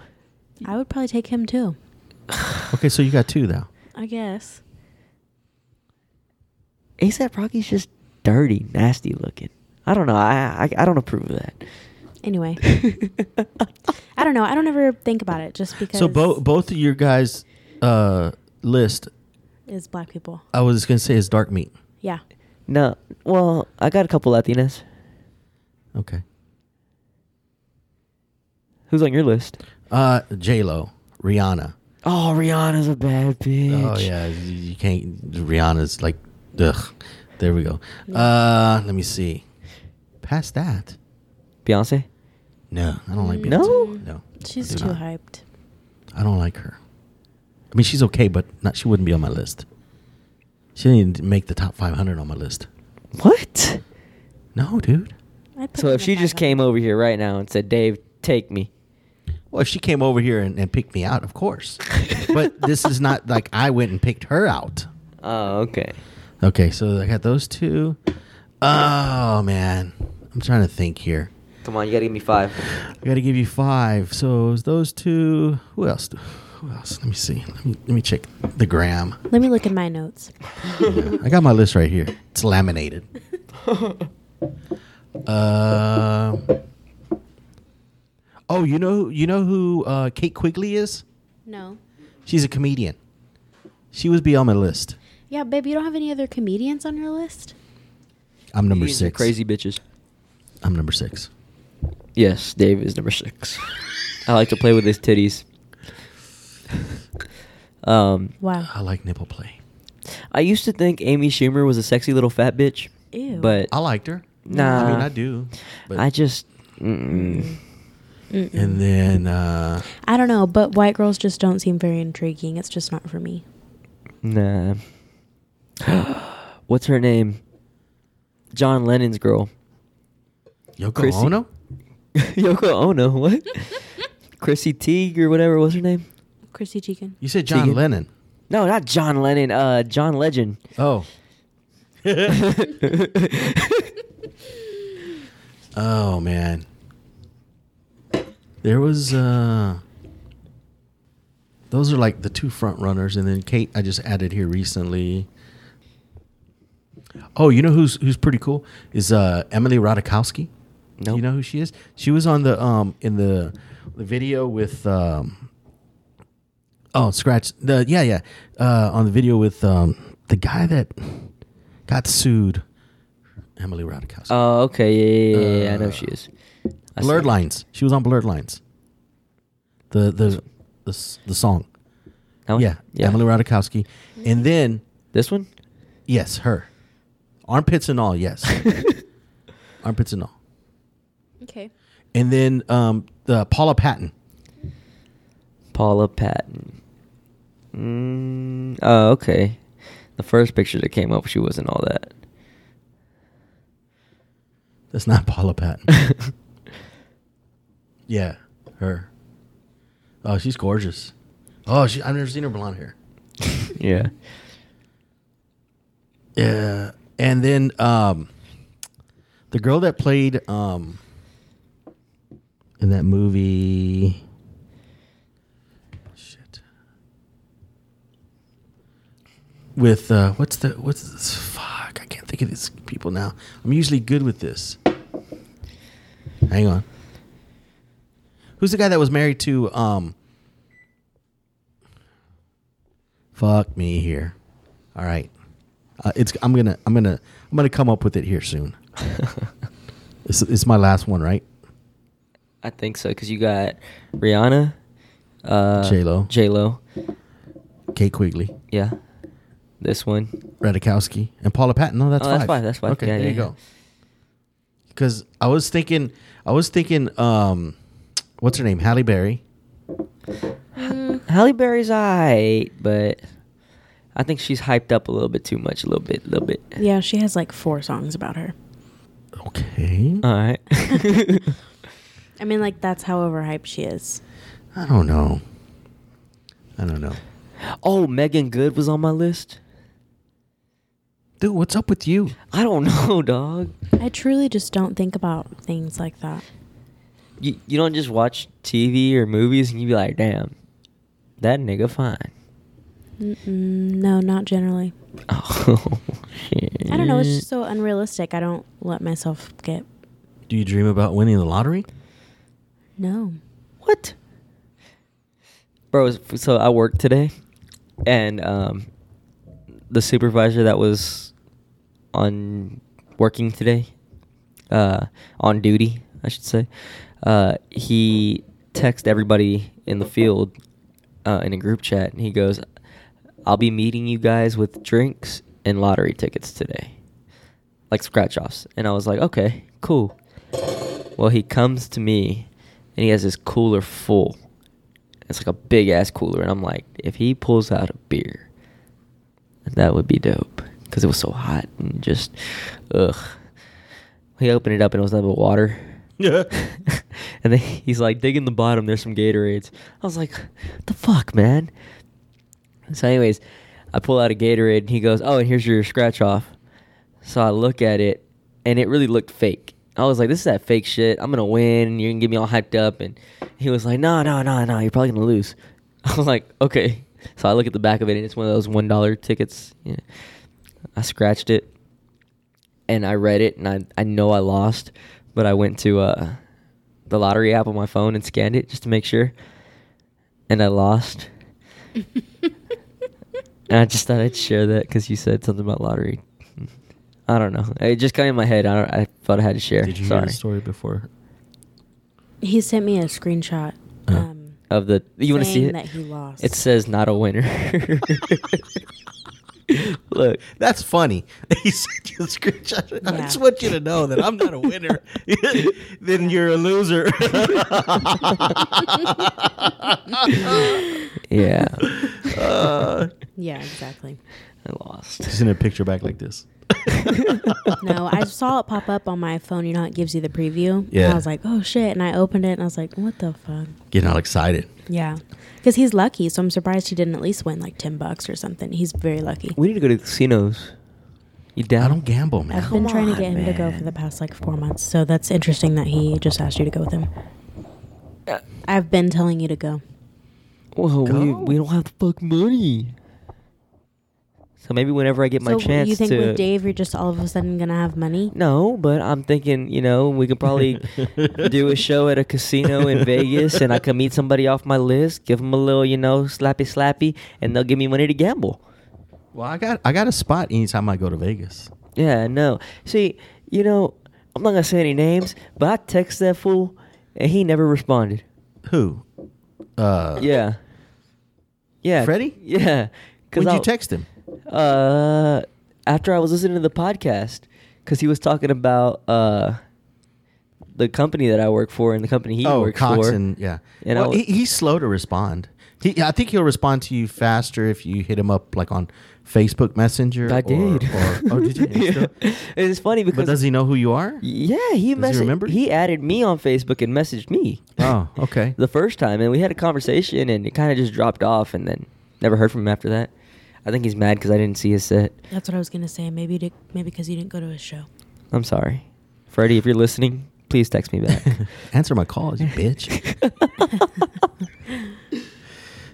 D: I would probably take him too.
B: Okay, so you got two now.
D: I guess.
C: ASAP Rocky's just dirty, nasty looking. I don't know. I I, I don't approve of
D: Anyway,
C: that.
D: I don't know. I don't ever think about it just because
B: So both both of your guys' uh, list,
D: is black people.
B: I was gonna say is dark meat.
D: Yeah.
C: No, well, I got a couple Latinas.
B: Okay.
C: Who's on your list?
B: Uh, J Lo, Rihanna.
C: Oh, Rihanna's a bad
B: Oh
C: bitch.
B: yeah, you, you can't. Rihanna's like, ugh. There we go. Uh, let me see. Past that,
C: Beyonce.
B: no, I don't like Beyonce.
C: Mm. No?
B: no,
D: She's
B: I do
D: too
B: not.
D: hyped.
B: I don't like her. I mean, she's okay, but not. She wouldn't be on my list. She didn't even make the top 500 on my list.
C: What?
B: No, dude.
D: I'd put
C: So
D: him
C: if
D: in
C: she
D: that
C: just
D: one.
C: came over here right now and said, "Dave, take me,"
B: Well, if she came over here and, and picked me out, of course. but this is not like I went and picked her out.
C: oh, okay.
B: Okay, so I got those two. Oh man, I'm trying to think here.
C: Come on, you gotta give me five.
B: I got to give you five. So it was those two. Who else? do- Who else? Let me see. Let me, let me check the gram.
D: Let me look at my notes.
B: Yeah, I got my list right here. It's laminated. Um. oh, you know, you know who uh, Kate Quigley is?
D: No.
B: She's a comedian. She would be on my list.
D: Yeah, babe, you don't have any other comedians on your list?
B: I'm number six.
C: Crazy bitches.
B: I'm number six.
C: Yes, Dave is number six. I like to play with his titties. Um,
D: Wow.
B: I like nipple play.
C: I used to think Amy Schumer was a sexy little fat bitch,
D: Ew.
C: but
B: I liked her.
C: Nah.
B: I mean, I do. But,
C: Uh, I just mm-mm.
B: and then uh,
D: I don't know, but white girls just don't seem very intriguing. It's just not for me. Mm.
C: nah. What's her name? John Lennon's girl,
B: Yoko
C: Chrissy.
B: Ono.
C: Yoko Ono. What? Chrissy Teague or whatever. What's her name?
D: Chrissy Teigen.
B: You said John
C: Tegan.
B: Lennon.
C: No, not John Lennon. Uh, John Legend.
B: Oh. oh man. There was uh those are like the two front runners and then Kate I just added here recently. Oh, you know who's who's pretty cool is uh Emily Radikowski.
C: Nope.
B: You know who she is? She was on the um in the the video with um oh scratch the yeah yeah uh on the video with um the guy that got sued Emily Radikowski.
C: Oh, okay. Yeah, yeah, yeah, yeah, I know
B: Uh,
C: she is. I
B: Blurred
C: saw-
B: Lines. She was on Blurred Lines. The the the s- the song.
C: That one?
B: Yeah, Emily Radikowski. And then
C: This one?
B: yes, her. Armpits and all, yes. Armpits and all.
D: Okay.
B: And then um the Paula Patton.
C: Paula Patton. Mm, oh, okay. The first picture that came up, she wasn't all that.
B: That's not Paula Patton. yeah, her. Oh, she's gorgeous. Oh, she, I've never seen her blonde hair.
C: Yeah.
B: Yeah, and then um, the girl that played um in that movie. Shit. With uh, what's the what's this? Fuck, I can't think of these people now. I'm usually good with this. Hang on. Who's the guy that was married to um? Fuck me here. All right. Uh, it's I'm gonna I'm gonna I'm gonna come up with it here soon. it's, it's my last one, right?
C: I think so, because you got Rihanna, uh,
B: J-Lo.
C: J-Lo.
B: Kate Quigley,
C: Yeah. This one.
B: Radikowski, and Paula Patton. No, that's
C: Oh,
B: five.
C: that's five, that's five.
B: Okay,
C: Yeah,
B: there
C: yeah,
B: you
C: yeah.
B: go. Because I was thinking, I was thinking, um, what's her name? Halle Berry.
C: Halle Berry's alright, but I think she's hyped up a little bit too much. A little bit, a little bit.
D: Yeah, she has like four songs about her.
B: Okay.
C: All right.
D: I mean, like that's how overhyped she is.
B: I don't know. I don't know,
C: oh, Megan Good was on my list.
B: dude. What's up with you?
C: I don't know, dog.
D: I truly just don't think about things like that.
C: you, you don't just watch TV or movies and you be like, damn, that nigga fine.
D: Mm-mm, no, not generally.
C: Oh, shit.
D: I don't know. It's just so unrealistic. I don't let myself get
B: Do you dream about winning the lottery?
D: no.
C: What? Bro, so I worked today and um, the supervisor that was on working today, uh, on duty, I should say, uh, he texted everybody in the field uh, in a group chat and he goes, I'll be meeting you guys with drinks and lottery tickets today, like scratch offs. And I was like, okay, cool. Well, he comes to me and he has this cooler full. It's like a big ass cooler. And I'm like, if he pulls out a beer, that would be dope. Because it was so hot and just, ugh. He opened it up and it was nothing but water.
B: Yeah.
C: and then he's like, dig in the bottom, there's some Gatorades. I was like, what the fuck, man? So, anyways, I pull out a Gatorade and he goes, oh, and here's your scratch off. So I look at it, and it really looked fake. I was like, "This is that fake shit. I'm gonna win. You're gonna get me all hyped up." And he was like, "No, no, no, no. You're probably gonna lose." I was like, "Okay." So I look at the back of it, and it's one of those one dollar tickets. You know. I scratched it, and I read it, and I I know I lost, but I went to uh, the lottery app on my phone and scanned it just to make sure, and I lost. and I just thought I'd share that because you said something about lottery. I don't know. It just came in my head. I, don't, I thought I had to share.
B: Did you
C: Sorry.
B: hear the story before?
D: He sent me a screenshot.
B: Oh.
C: Uh-huh.
D: Um,
C: Of the you want to see
D: saying
C: it?
D: That he lost.
C: It says not a winner. Look,
B: That's funny. He sent you a screenshot. I
D: Yeah.
B: just want you to know that I'm not a winner. then you're a loser.
C: yeah,
D: Yeah, exactly.
C: I lost.
B: Send a Uh, picture back like this.
D: No, I saw it pop up on my phone. You know, how it gives you the preview. And
B: Yeah.
D: I was like, oh shit. And I opened it and I was like, what the fuck?
B: Getting all excited.
D: Yeah. Because he's lucky. So I'm surprised he didn't at least win like 10 bucks or something. He's very lucky.
C: We need to go to the casinos. You down?
B: I don't gamble, man.
D: I've been
B: Come
D: trying to
B: on,
D: get him to go
B: man.
D: for the past like four months. So that's interesting that he just asked you to go with him. I've been telling you to go.
C: Well, we,
B: Go.
C: we don't have the fuck money. So maybe whenever I get my
D: so
C: chance
D: you think
C: to
D: with Dave, you're just all of a sudden going to have money?
C: No, but I'm thinking, you know, we could probably do a show at a casino in Vegas and I could meet somebody off my list, give them a little, you know, slappy slappy, and they'll give me money to gamble.
B: Well, I got I got a spot anytime I go to Vegas.
C: Yeah, no. See, you know, I'm not going to say any names, but I text that fool and he never responded.
B: Who? Uh,
C: Yeah. Yeah.
B: Freddie?
C: Yeah. 'Cause
B: When
C: I-
B: you text him?
C: Uh, after I was listening to the podcast, because he was talking about uh, the company that I work for and the company he
B: oh,
C: works
B: Cox
C: for.
B: and yeah.
C: And I
B: well,
C: was-
B: he, he's slow to respond. He, I think he'll respond to you faster if you hit him up like on Facebook Messenger.
C: I
B: or-
C: did.
B: Or, oh, did you?
C: yeah. It's funny
B: But
C: because
B: does he know who you are?
C: yeah, he
B: does he
C: messaged.
B: remember?
C: he added me on Facebook and messaged me
B: Oh, okay.
C: the first time, and we had a conversation, and it kind of just dropped off, and then never heard from him after that. I think he's mad because I didn't see his set.
D: That's what I was going to say. Maybe you did, maybe because you didn't go to his show.
C: I'm sorry, Freddie. If you're listening, please text me back.
B: Answer my calls, you bitch.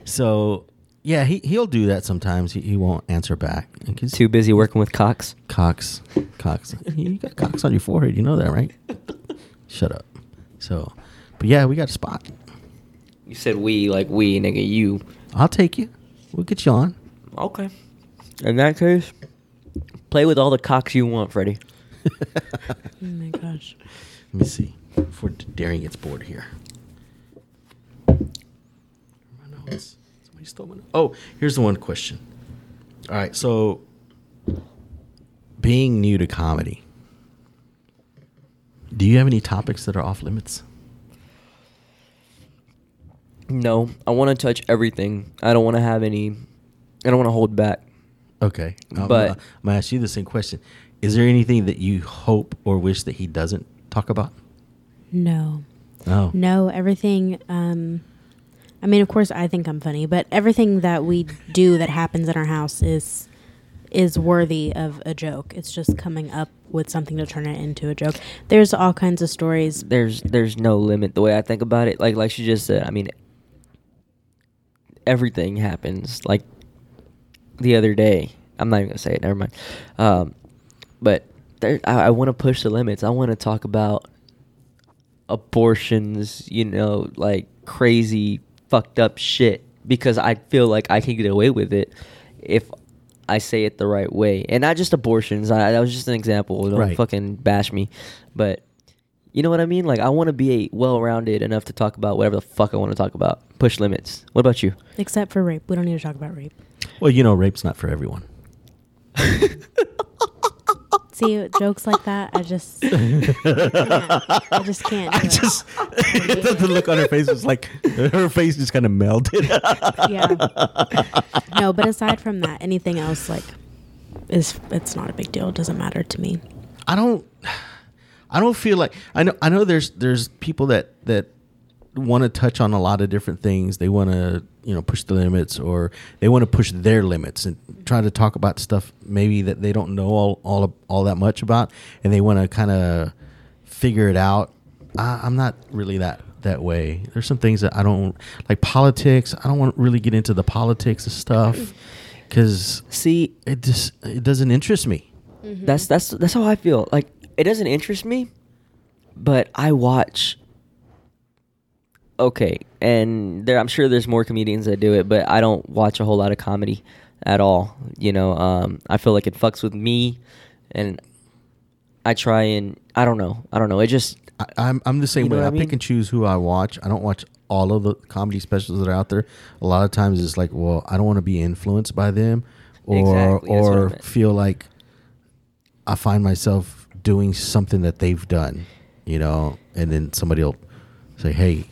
B: so, yeah, he he'll do that sometimes. He, he won't answer back. Like, he's-
C: Too busy working with Cox.
B: Cox, Cox. you got Cox on your forehead. You know that, right? Shut up. So, but yeah, we got a spot.
C: You said we like we, nigga. You
B: I'll take you. We'll get you on.
C: Okay. In that case, play with all the cocks you want, Freddie.
D: Oh my gosh.
B: Let me see. Before Daring gets bored here. My notes. Somebody stole my notes. Oh, here's the one question. All right, so being new to comedy, do you have any topics that are off limits?
C: No, I want to touch everything. I don't want to have any. I don't want to hold back.
B: Okay, I'm
C: But-
B: gonna, I'm gonna ask you the same question. Is there anything that you hope or wish that he doesn't talk about?
D: No.
B: No.
D: No, everything. Um, I mean, of course, I think I'm funny, but everything that we do that happens in our house is is worthy of a joke. It's just coming up with something to turn it into a joke. There's all kinds of stories.
C: There's there's no limit the way I think about it. Like like she just said. I mean, everything happens. Like the other day, I'm not even gonna say it. Never mind. Um, but there, I, I want to push the limits. I want to talk about abortions, you know, like crazy fucked up shit because I feel like I can get away with it if I say it the right way. And not just abortions. I, that was just an example. Don't
B: Right.
C: fucking bash me. But you know what I mean? Like I want to be a well-rounded enough to talk about whatever the fuck I want to talk about. Push limits. What about you?
D: Except for rape. We don't need to talk about rape.
B: Well, you know, rape's not for everyone.
D: See, jokes like that, I just, I just can't. do
B: I
D: it.
B: just the look on her face was like her face just kind of melted.
D: yeah. No, but aside from that, anything else like is it's not a big deal. It doesn't matter to me.
B: I don't I don't feel like I know I know there's there's people that that want to touch on a lot of different things. They want to, you know, push the limits or they want to push their limits and try to talk about stuff maybe that they don't know all all all that much about and they want to kind of figure it out. I, I'm not really that that way. There's some things that I don't like politics. I don't want to really get into the politics of stuff cuz
C: See,
B: it just it doesn't interest me.
C: That's that's that's how I feel. Like it doesn't interest me, but I watch. Okay, and there I'm sure there's more comedians that do it, but I don't watch a whole lot of comedy at all. You know, um, I feel like it fucks with me, and I try and I don't know, I don't know. It just
B: I, I'm I'm the same
C: You know
B: way.
C: what
B: I,
C: I
B: pick
C: mean?
B: and choose who I watch. I don't watch all of the comedy specials that are out there. A lot of times it's like, well, I don't want to be influenced by them, or
C: Exactly, that's what I
B: or
C: meant.
B: feel like I find myself doing something that they've done, you know, and then somebody will say, "Hey,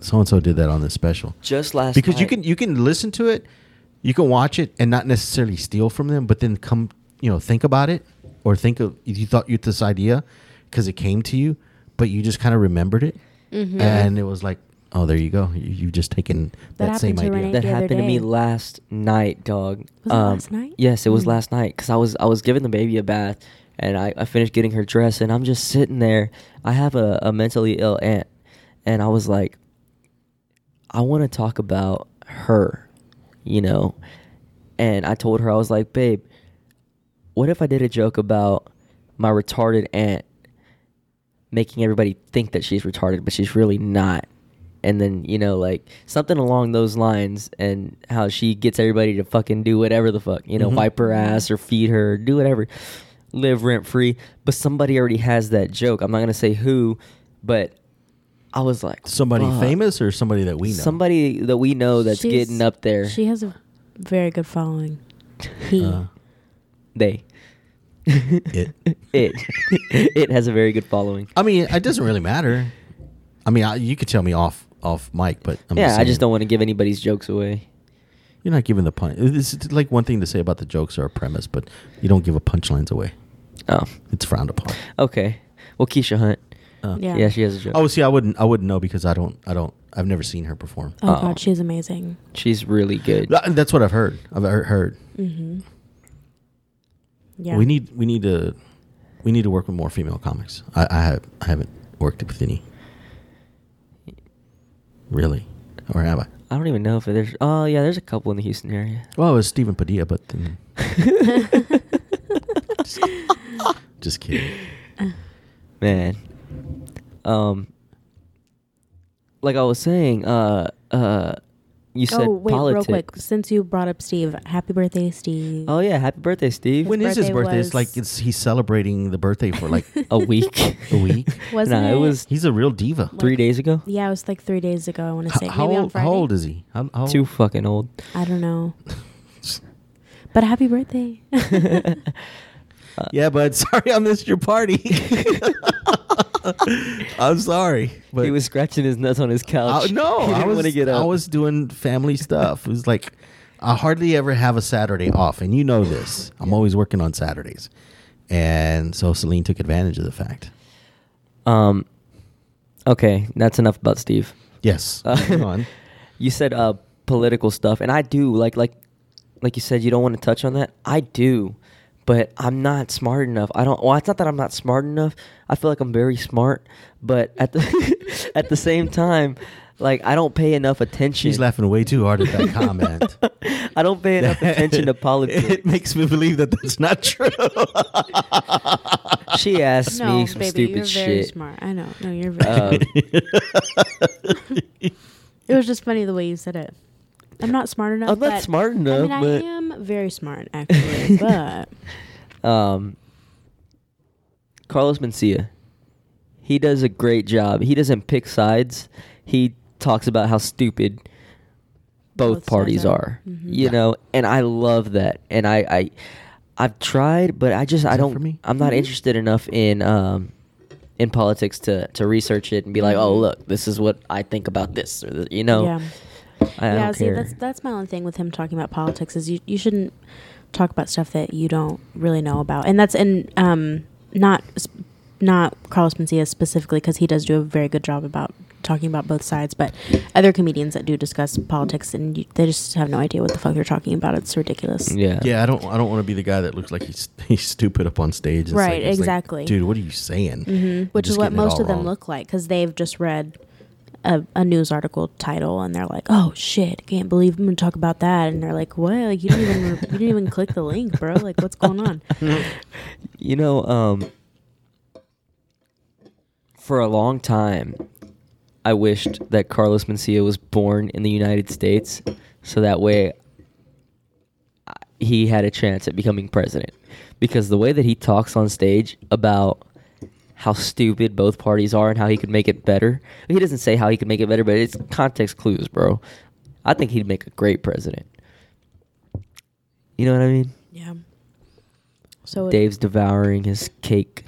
B: so and so did that on this special."
C: Just last
B: because you
C: night-
B: can you can listen to it, you can watch it, and not necessarily steal from them, but then come you know think about it or think of you thought you had this idea because it came to you, but you just kind of remembered it, and it was like, oh, there you go, you, you just taken
D: That
B: that, same
D: happened
B: idea.
C: Mm-hmm.
D: to Renee
C: that
D: the other
C: happened to me
D: day.
C: last night, dog. Um,
D: Was it last night?
C: Yes, it was
D: Mm.
C: last night because I was I was giving the baby a bath and I, I finished getting her dressed and I'm just sitting there. I have a, a mentally ill aunt and I was like, I want to talk about her, you know. And I told her I was like, babe, what if I did a joke about my retarded aunt making everybody think that she's retarded, but she's really not. And then, you know, like something along those lines and how she gets everybody to fucking do whatever the fuck, you know,
B: Mm-hmm.
C: wipe her ass or feed her, do whatever, live rent free. But somebody already has that joke. I'm not going to say who, but I was like,
B: Somebody
C: "Fuck."
B: famous or somebody that we know.
C: Somebody that we know that's
D: She's-
C: getting up there.
D: She has a very good following. He. oh
B: Uh,
C: they.
B: it.
C: It. it has a very good following.
B: I mean, it doesn't really matter. I mean, I, you could tell me off off mic, but I'm
C: yeah, I just
B: saying,
C: don't want to give anybody's jokes away.
B: You're not giving the punch. It's it's like one thing to say about the jokes or a premise, but you don't give a punchlines away.
C: Oh,
B: It's frowned upon.
C: okay. Well, Keisha Hunt.
B: Uh,
D: Yeah.
C: Yeah, she has a joke.
B: Oh, see, I wouldn't. I wouldn't know because I don't. I don't. I've never seen her perform.
D: Oh,
C: Oh.
D: God, she's amazing.
C: she's really good.
B: Th- That's what I've heard. I've heard- heard.
D: Mm-hmm. Yeah.
B: We need. We need to. We need to work with more female comics. I, I have. I haven't worked with any. Really, or have I?
C: I don't even know if there's. Oh yeah, there's a couple in the Houston area.
B: Well, it was Stephen Padilla, but then, just kidding.
C: Man, um, like I was saying, uh, uh, you said
D: oh, wait,
C: politics.
D: real quick. Since you brought up Steve, happy birthday, Steve.
C: Oh yeah, happy birthday, Steve.
B: When is his
D: birthday
B: birthday?
D: was-
B: It's like it's, he's celebrating the birthday for like.
C: a week.
B: A week?
D: Wasn't
C: nah,
D: it?
C: it was
B: he's a real diva.
C: three days ago.
D: Yeah, it was like three days ago. I want to
B: H-
D: say.
B: how,
D: Maybe on
B: old,
D: Friday.
B: how old is he? How, how
C: Too
B: old?
C: fucking old.
D: I don't know. But happy birthday.
C: Uh,
B: Yeah, but sorry, I missed your party. I'm sorry, but
C: he was scratching his nuts on his couch.
B: I, no,
C: he
B: I
C: didn't
B: was
C: wanna get up.
B: I was doing family stuff. It was like I hardly ever have a Saturday off, and you know this. I'm always working on Saturdays, and so Celine took advantage of the fact.
C: Um, okay, that's enough about Steve.
B: Yes,
C: Uh,
B: moving on.
C: You said uh political stuff, and I do like like like you said you don't want to touch on that. I do, but I'm not smart enough. I don't. Well, it's not that I'm not smart enough. I feel like I'm very smart, but at the at the same time, like I don't pay enough attention.
B: She's laughing way too hard at that comment.
C: I don't pay enough attention to
B: It
C: politics.
B: makes me believe that that's not true.
C: She asked
D: no,
C: me some
D: baby,
C: stupid
D: you're
C: shit.
D: very smart. I know. No, you're very.
C: Uh,
D: it was just funny the way you said it. I'm not smart enough.
C: I'm not
D: but-
C: smart
D: I
C: enough,
D: mean,
C: but-
D: I am very smart actually, but
C: Um, Carlos Mencia, he does a great job. He doesn't pick sides. He talks about how stupid both,
D: Both sides
C: parties
D: are. Mm-hmm.
C: are. You know, and I love that. And I, I, I've tried, but I just I
B: that
C: don't.
B: for me?
C: I'm not
D: Mhm.
C: interested enough in um, in politics to to research it and be like, oh look, this is what I think about this, or th- you know.
D: Mm-hmm. yeah,
C: I, I
D: yeah.
C: don't
D: see,
C: care.
D: that's that's my only thing with him talking about politics is you you shouldn't talk about stuff that you don't really know about, and that's and um not s- not Carlos Mencia specifically because he does do a very good job about talking about both sides, but other comedians that do discuss politics and you, they just have no idea what the fuck they're talking about. It's ridiculous.
C: yeah.
B: yeah, I don't. I don't want to be the guy that looks like he's he's stupid up on stage. It's like-
D: Right,
B: it's like,
D: exactly. Mm-hmm.
B: Dude, what are you saying? You're
D: which is
B: just
D: what
B: getting it
D: most
B: all
D: of them
B: wrong.
D: look like because they've just read a, a news article title and they're like, "Oh shit, can't believe I'm gonna talk about that," and they're like, "What? Like you didn't even you didn't even click the link, bro? Like what's going on?"
C: You know, um, for a long time, I wished that Carlos Mencia was born in the United States, so that way I- he had a chance at becoming president. Because the way that he talks on stage about how stupid both parties are and how he could make it better, he doesn't say how he could make it better, but it's context clues, bro. I think he'd make a great president. You know what I mean?
D: Yeah. So it-
C: Dave's devouring his cake.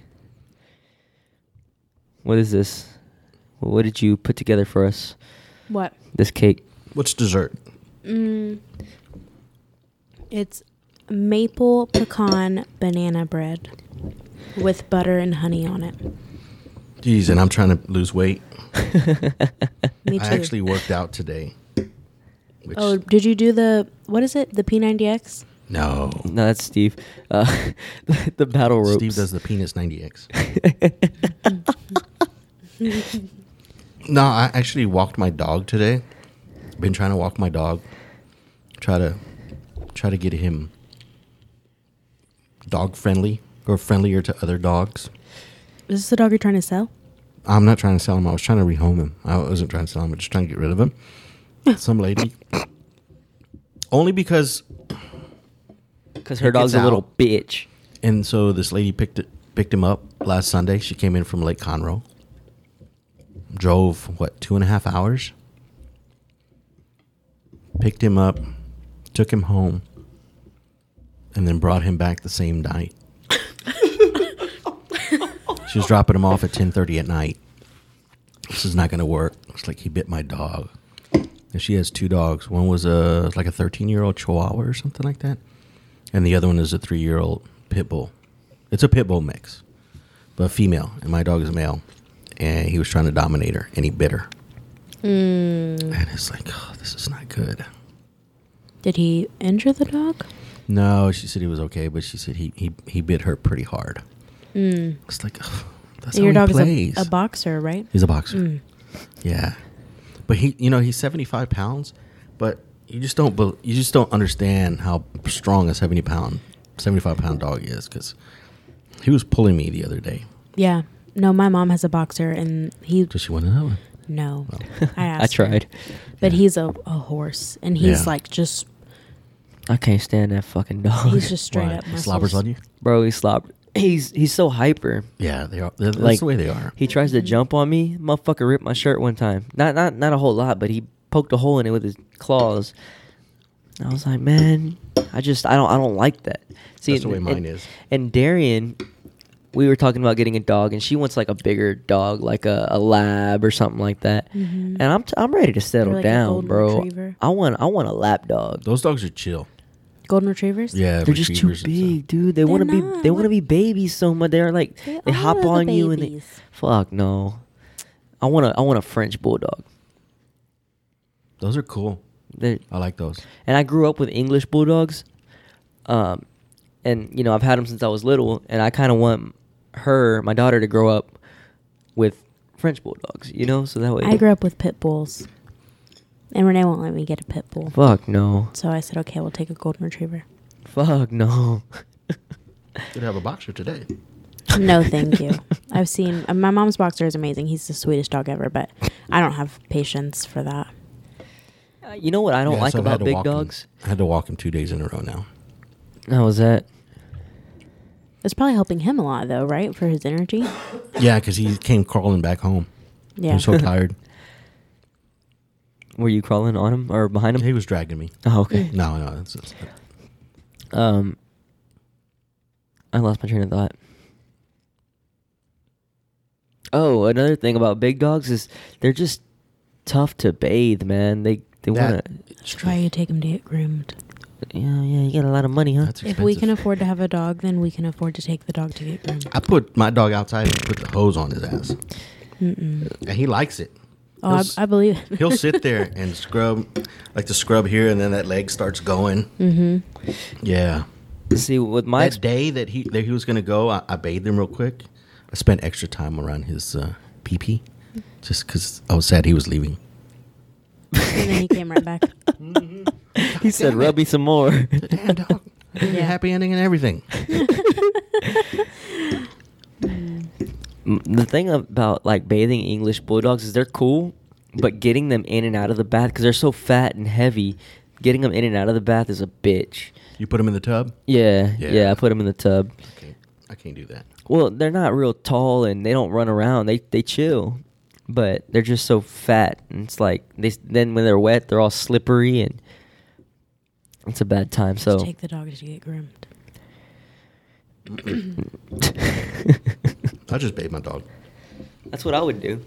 C: What is this? What did you put together for us?
D: what?
C: This cake.
B: What's dessert?
D: Mm, it's maple pecan banana bread with butter and honey on it.
B: Jeez, and I'm trying to lose weight.
D: Me too.
B: I actually worked out today. Which,
D: oh, did you do the what is it? The P90X?
B: no.
C: No, that's Steve. Uh, the battle ropes.
B: Steve does the penis 90X. no, I actually walked my dog today. Been trying to walk my dog. Try to try to get him dog friendly or friendlier to other dogs.
D: Is this the dog you're trying to sell?
B: I'm not trying to sell him. I was trying to rehome him. I wasn't trying to sell him. I was just trying to get rid of him. Some lady. Only because
C: Because her
B: It gets
C: dog's a
B: out.
C: little bitch.
B: And so this lady picked it, picked him up last Sunday. She came in from Lake Conroe. Drove what two and a half hours. Picked him up, took him home, and then brought him back the same night. she was dropping him off at ten thirty at night. This is not going to work. It's like he bit my dog. And she has two dogs. One was a like a thirteen year old Chihuahua or something like that and the other one is a three year old pit bull. It's a pit bull mix, but female, and my dog is male. And he was trying to dominate her, and he bit her.
D: Hmm.
B: And it's like, oh, this is not good.
D: Did he injure the dog?
B: No, she said he was okay, but she said he he, he bit her pretty hard. It's like, oh, that's
D: Hmm. Your
B: how he
D: dog
B: plays.
D: is a, a boxer, right?
B: He's a boxer.
D: Mm.
B: Yeah, but he, you know, he's seventy five pounds, but you just don't, bel you just don't understand how strong a seventy pound, seventy five pound dog is because he was pulling me the other day.
D: Yeah. No, my mom has a boxer, and he
B: Does she want another one?
D: no. I asked.
C: I tried.
D: but he's a, a horse, and he's
B: Yeah.
D: like just
C: I can't stand that fucking dog.
D: he's just straight
B: Why?
D: up.
B: He
D: muscles.
B: slobbers on you?
C: Bro, he slobbed. He's he's so hyper.
B: Yeah, they are. they're- That's
C: Like-
B: the way they are.
C: He tries
D: Mm-hmm.
C: to jump on me. Motherfucker ripped my shirt one time. Not not not a whole lot, but he poked a hole in it with his claws. I was like, man, I just I don't I don't like that. See,
B: That's the way
C: and-
B: mine
C: and-
B: is.
C: And Darian, we were talking about getting a dog, and she wants like a bigger dog, like a, a lab or something like that. And I'm t- I'm ready to settle
D: Mm-hmm. like a
C: down,
D: golden
C: bro.
D: retriever.
C: I want I want a lap dog.
B: Those dogs are chill.
D: golden retrievers.
B: Yeah,
C: They're just too
B: retrievers and stuff.
C: big, dude. They want to be
D: not.
C: they want to be babies so much. They're like
D: They
C: they, hop
D: are the
C: on you and they,
D: babies.
C: fuck no. I want to I want a French bulldog.
B: Those are cool.
C: They're,
B: I like those.
C: and I grew up with English bulldogs, um, and you know I've had them since I was little, and I kind of want her, my daughter, to grow up with French bulldogs. You know, so that way
D: I grew up with pit bulls, and Renee won't let me get a pit bull.
C: Fuck no.
D: So I said, okay, we'll take a golden retriever.
C: Fuck no.
B: Could have a boxer today.
D: No, thank you. I've seen uh, my mom's boxer is amazing. He's the sweetest dog ever, but I don't have patience for that.
C: Uh, you know what I don't
B: Yeah,
C: like
B: so I've had
C: about
B: to
C: big
B: walk him-
C: dogs?
B: I had to walk him two days in a row now.
C: How was that?
D: It's probably helping him a lot, though, right? For his energy.
B: Yeah, because he came crawling back home.
D: Yeah.
B: I'm so tired.
C: Were you crawling on him or behind him?
B: He was dragging me.
C: Oh, okay.
B: No, no, that's, that's,
C: Um, I lost my train of thought. Oh, another thing about big dogs is they're just tough to bathe, man. They they want
B: that
C: to.
B: it's
D: That's
B: true.
D: why you take him to get groomed.
C: Yeah, yeah, you got a lot of money, huh?
B: That's expensive.
D: If we can afford to have a dog, then we can afford to take the dog to get groomed.
B: I put my dog outside and put the hose on his ass,
D: Mm-mm.
B: and he likes it.
D: Oh, I,
B: Those-
D: I believe it.
B: He'll sit there and scrub, like the scrub here, and then that leg starts going.
D: Mm-hmm.
B: Yeah,
C: See, with my
B: that day that he that he was gonna go, I, I bathed him real quick. I spent extra time around his uh, pee pee, just because I was sad he was leaving.
D: And then he came right back.
C: he said,
B: Damn it.
C: "Rub me some more."
B: The damn dog.
D: Yeah.
B: Happy ending and everything.
C: M- the thing about like bathing English bulldogs is they're cool, but getting them in and out of the bath because they're so fat and heavy, getting them in and out of the bath is a bitch.
B: You put him in the tub.
C: Yeah, yeah.
B: Yeah.
C: I put them in the tub.
B: Okay, I can't do that.
C: Well, they're not real tall and they don't run around. They they chill, but they're just so fat and it's like they s- then when they're wet they're all slippery and It's a bad time. So
D: Take the dog to get groomed.
B: I'll just bathe my dog.
C: that's what I would do.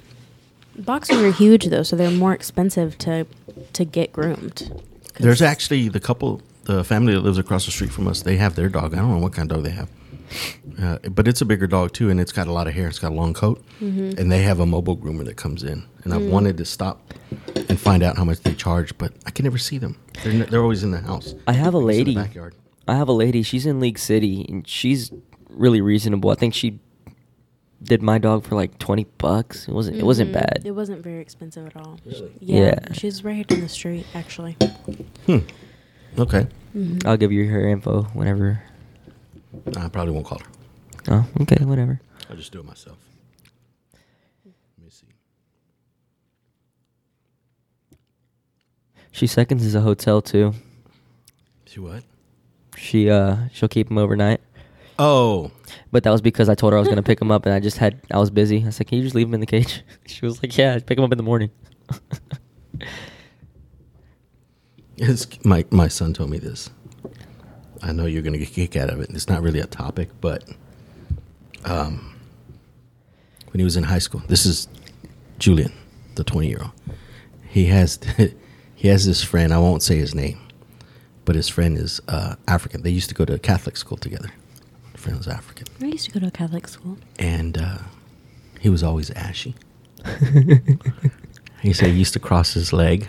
D: Boxers are huge though, so they're more expensive to to get groomed. 'Cause
B: There's actually the couple, the family that lives across the street from us. They have their dog. I don't know what kind of dog they have, uh, but it's a bigger dog too, and it's got a lot of hair. It's got a long coat, and they have a mobile groomer that comes in. And I've wanted to stop and find out how much they charge, but I can never see them. They're, n- they're always in the house.
C: I have a
B: Always in the
C: lady.
B: backyard.
C: I have a lady. She's in League City, and she's really reasonable. I think she did my dog for like twenty bucks. It wasn't. It wasn't bad.
D: It wasn't very expensive at all.
B: Really?
D: Yeah,
C: Yeah.
D: she's right down the street actually.
B: Hmm. Okay.
C: I'll give you her info whenever.
B: I probably won't call her.
C: Oh, okay, whatever.
B: I'll just do it myself. Let me see.
C: She seconds is a hotel too.
B: See what?
C: She uh she'll keep him overnight.
B: Oh,
C: But that was because I told her I was gonna pick him up, and I just had I was busy. I said, "Can you just leave him in the cage?" She was like, "Yeah, pick him up in the morning."
B: His, my my son told me this. I know you're gonna get a kick out of it. It's not really a topic, but um, when he was in high school, this is Julian, the 20 year old. He has he has this friend. I won't say his name, but his friend is uh, African. They used to go to Catholic school together. The friend was African,
D: I used to go to a Catholic school.
B: and uh, he was always ashy. He said he used to cross his leg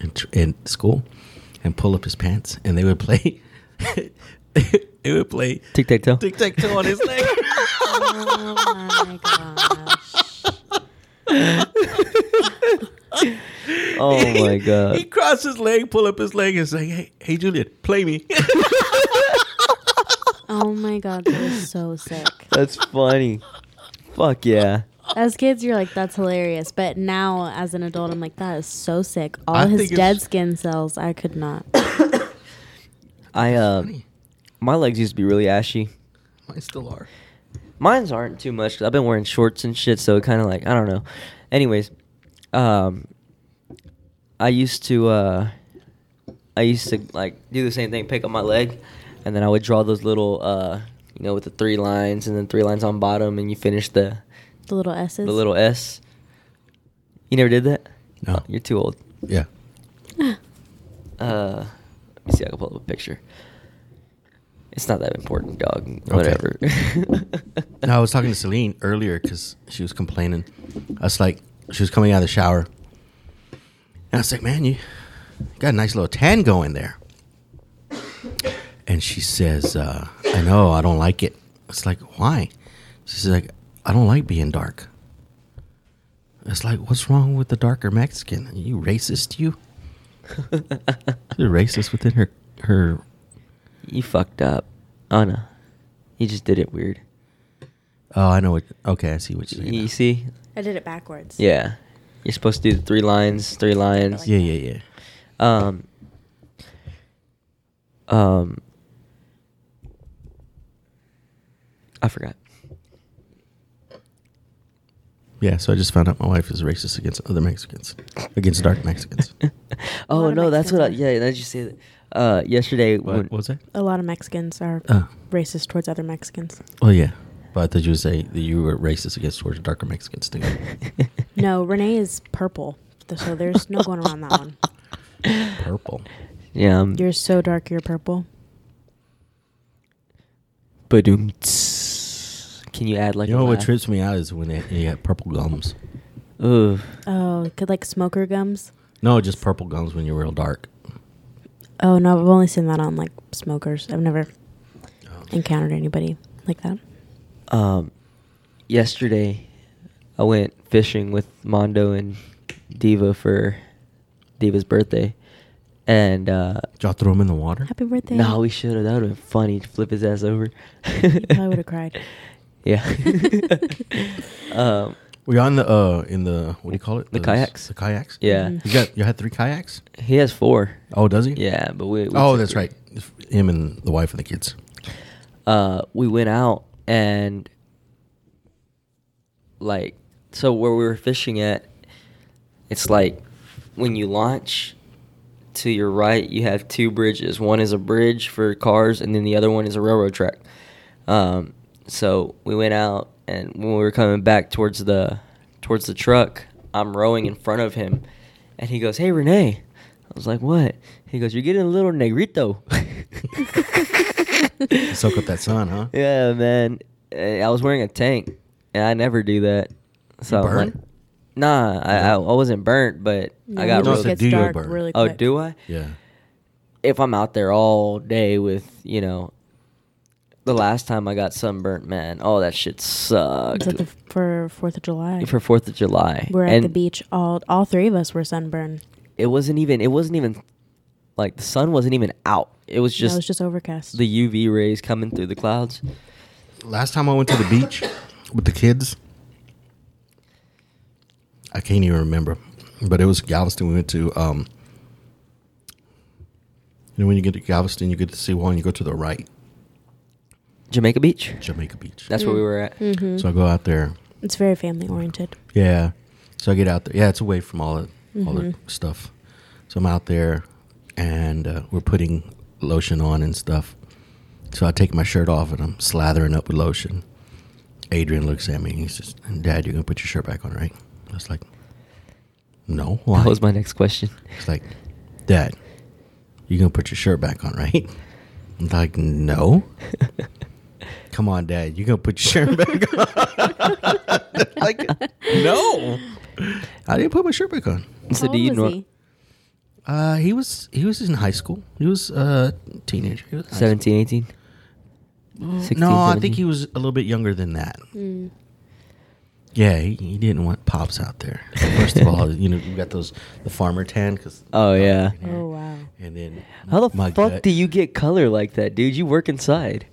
B: in, tr- in school and pull up his pants, and they would play. they would play
C: Tic tac toe.
B: tic tac toe on his leg.
D: oh my gosh.
C: Oh my
B: he
C: god.
B: crossed his leg, pull up his leg, and say, "Hey, hey, Julian, play me."
D: Oh my god, that is so sick.
C: That's funny. Fuck yeah.
D: As kids, you're like, that's hilarious. But now, as an adult, I'm like, that is so sick. All
B: I
D: his
B: think it's-
D: dead skin cells, I could not.
C: I uh, my legs used to be really ashy.
B: Mine still are.
C: Mine's aren't too much. i I've been wearing shorts and shit, so kind of like I don't know. Anyways, um, I used to uh, I used to like do the same thing, pick up my leg, and then I would draw those little uh, you know, with the three lines and then three lines on bottom, and you finish the
D: The little S's.
C: the little S. You never did that?
B: No.
C: Oh, you're too old.
B: Yeah,
C: Uh, let me see. I can pull up a picture. It's not that important, dog. Whatever.
B: no, I was talking to Celine earlier because she was complaining. I was like, she was coming out of the shower, and I was like, "Man, you got a nice little tan going there." And she says, uh, "I know, I don't like it." It's like, why? She's like, "I don't like being dark." It's like, what's wrong with the darker Mexican? Are you racist? You? You're racist within her her
C: you fucked up, Anna. You just did it weird.
B: Oh, I know what. Okay, I see what you're saying.
C: You
B: now.
C: see?
D: I did it backwards.
C: Yeah. You're supposed to do the three lines, three lines.
B: Yeah, yeah, yeah.
C: Um. Um. I forgot.
B: Yeah, so I just found out my wife is racist against other Mexicans, against dark Mexicans.
D: lot
C: Oh
D: of
C: no, that's what. I,
D: Mexicans are-
C: yeah, that's you say that. Uh, yesterday. when-
B: what was that?
D: A lot of Mexicans are
B: Oh,
D: racist towards other Mexicans.
B: oh yeah. But I thought you would say that you were racist against towards darker Mexicans too.
D: No, Renee is purple. So there's no going around that one.
B: Purple.
C: Yeah. Um,
D: You're so dark, you're purple.
C: Ba-doom. Can you add like
B: You
C: a
B: know what
C: laugh?
B: trips me out is when they, they got purple gums.
C: Ugh.
D: Oh, could like smoker gums?
B: No, just purple gums when you're real dark.
D: Oh, no, I've only seen that on like smokers. I've never
B: Oh.
D: encountered anybody like that.
C: Um, yesterday, I went fishing with Mondo and Diva for Diva's birthday, and uh,
B: Did y'all throw them in the water?
D: Happy birthday.
C: no, we should have. That would have been funny. to Flip his ass over.
D: You probably would have cried.
C: Yeah. um,
B: Were you on the uh in the what do you call it?
C: The
B: Those-
C: kayaks.
B: The kayaks.
C: yeah,
D: Mhm.
B: You got you had three kayaks.
C: he has four.
B: Oh, does he?
C: Yeah, but we. we
B: Oh,
C: took
B: that's
C: it.
B: right. Him and the wife and the kids.
C: uh, we went out and like so where we were fishing at it's like when you launch to your right, you have two bridges. One is a bridge for cars, and then the other one is a railroad track. Um, so we went out, and when we were coming back towards the towards the truck, I'm rowing in front of him, and he goes, "Hey, Renee." I was like, "What?" He goes, "You're getting a little negrito."
B: Soak up that sun, huh?
C: Yeah, man. Eh, I was wearing a tank, and I never do that. So I'm like-
B: burn?
C: nah, I, I I wasn't burnt, but I
D: Yeah,
C: got.
D: it
B: No,
C: real-
D: just
B: it's a
D: gets
B: do-yo
D: dark
B: burn.
D: really
C: oh,
D: quick.
C: do I?
B: Yeah.
C: If I'm out there all day with you know, the last time I got sunburnt, man, all that shit
D: It's
C: sucked.
D: at the, for Fourth of July.
C: for Fourth of July,
D: we're at
C: and
D: the beach. All all three of us were sunburned.
C: It wasn't even. It wasn't even like the sun wasn't even out. It was
D: Just,
C: just,
D: no, it's just overcast.
C: the UV rays coming through the clouds.
B: Last time I went to the beach with the kids, I can't even remember, but it was Galveston. We went to, um, you know, when you get to Galveston, you get to Seawall and you go to the right,
C: Jamaica Beach.
B: Jamaica Beach.
C: That's
D: Mm.
C: where we were at.
D: Mm-hmm.
B: So I go out there.
D: it's very family oriented.
B: Yeah. So I get out there. Yeah, it's away from all the all the
C: Mm-hmm.
B: stuff. So I'm out there, and uh, we're putting lotion on and stuff. So I take my shirt off and I'm slathering up with lotion. Adrian looks at me and he says, "Dad, you're gonna put your shirt back on, right?" I was like, "No, why?"
C: That was my next question.
B: It's like, Dad, you gonna put your shirt back on, right? I'm like, no. Come on, Dad, you gonna put your shirt back on? like, no. I didn't put my shirt back on.
C: So
D: How
C: do
D: old
C: you
D: was
C: know?
D: he?
B: Uh, he was he was in high school. He was a teenager. He was in high
C: 17, 18? Mm.
B: school. No, I think he was a little bit younger than that. Yeah, he, he didn't want pops out there. First of all, you know, you got those the farmer tan because
C: Oh, yeah.
D: Oh wow!
B: and then
C: How the
B: my
C: fuck
B: gut-
C: do you get color like that, dude? You work inside.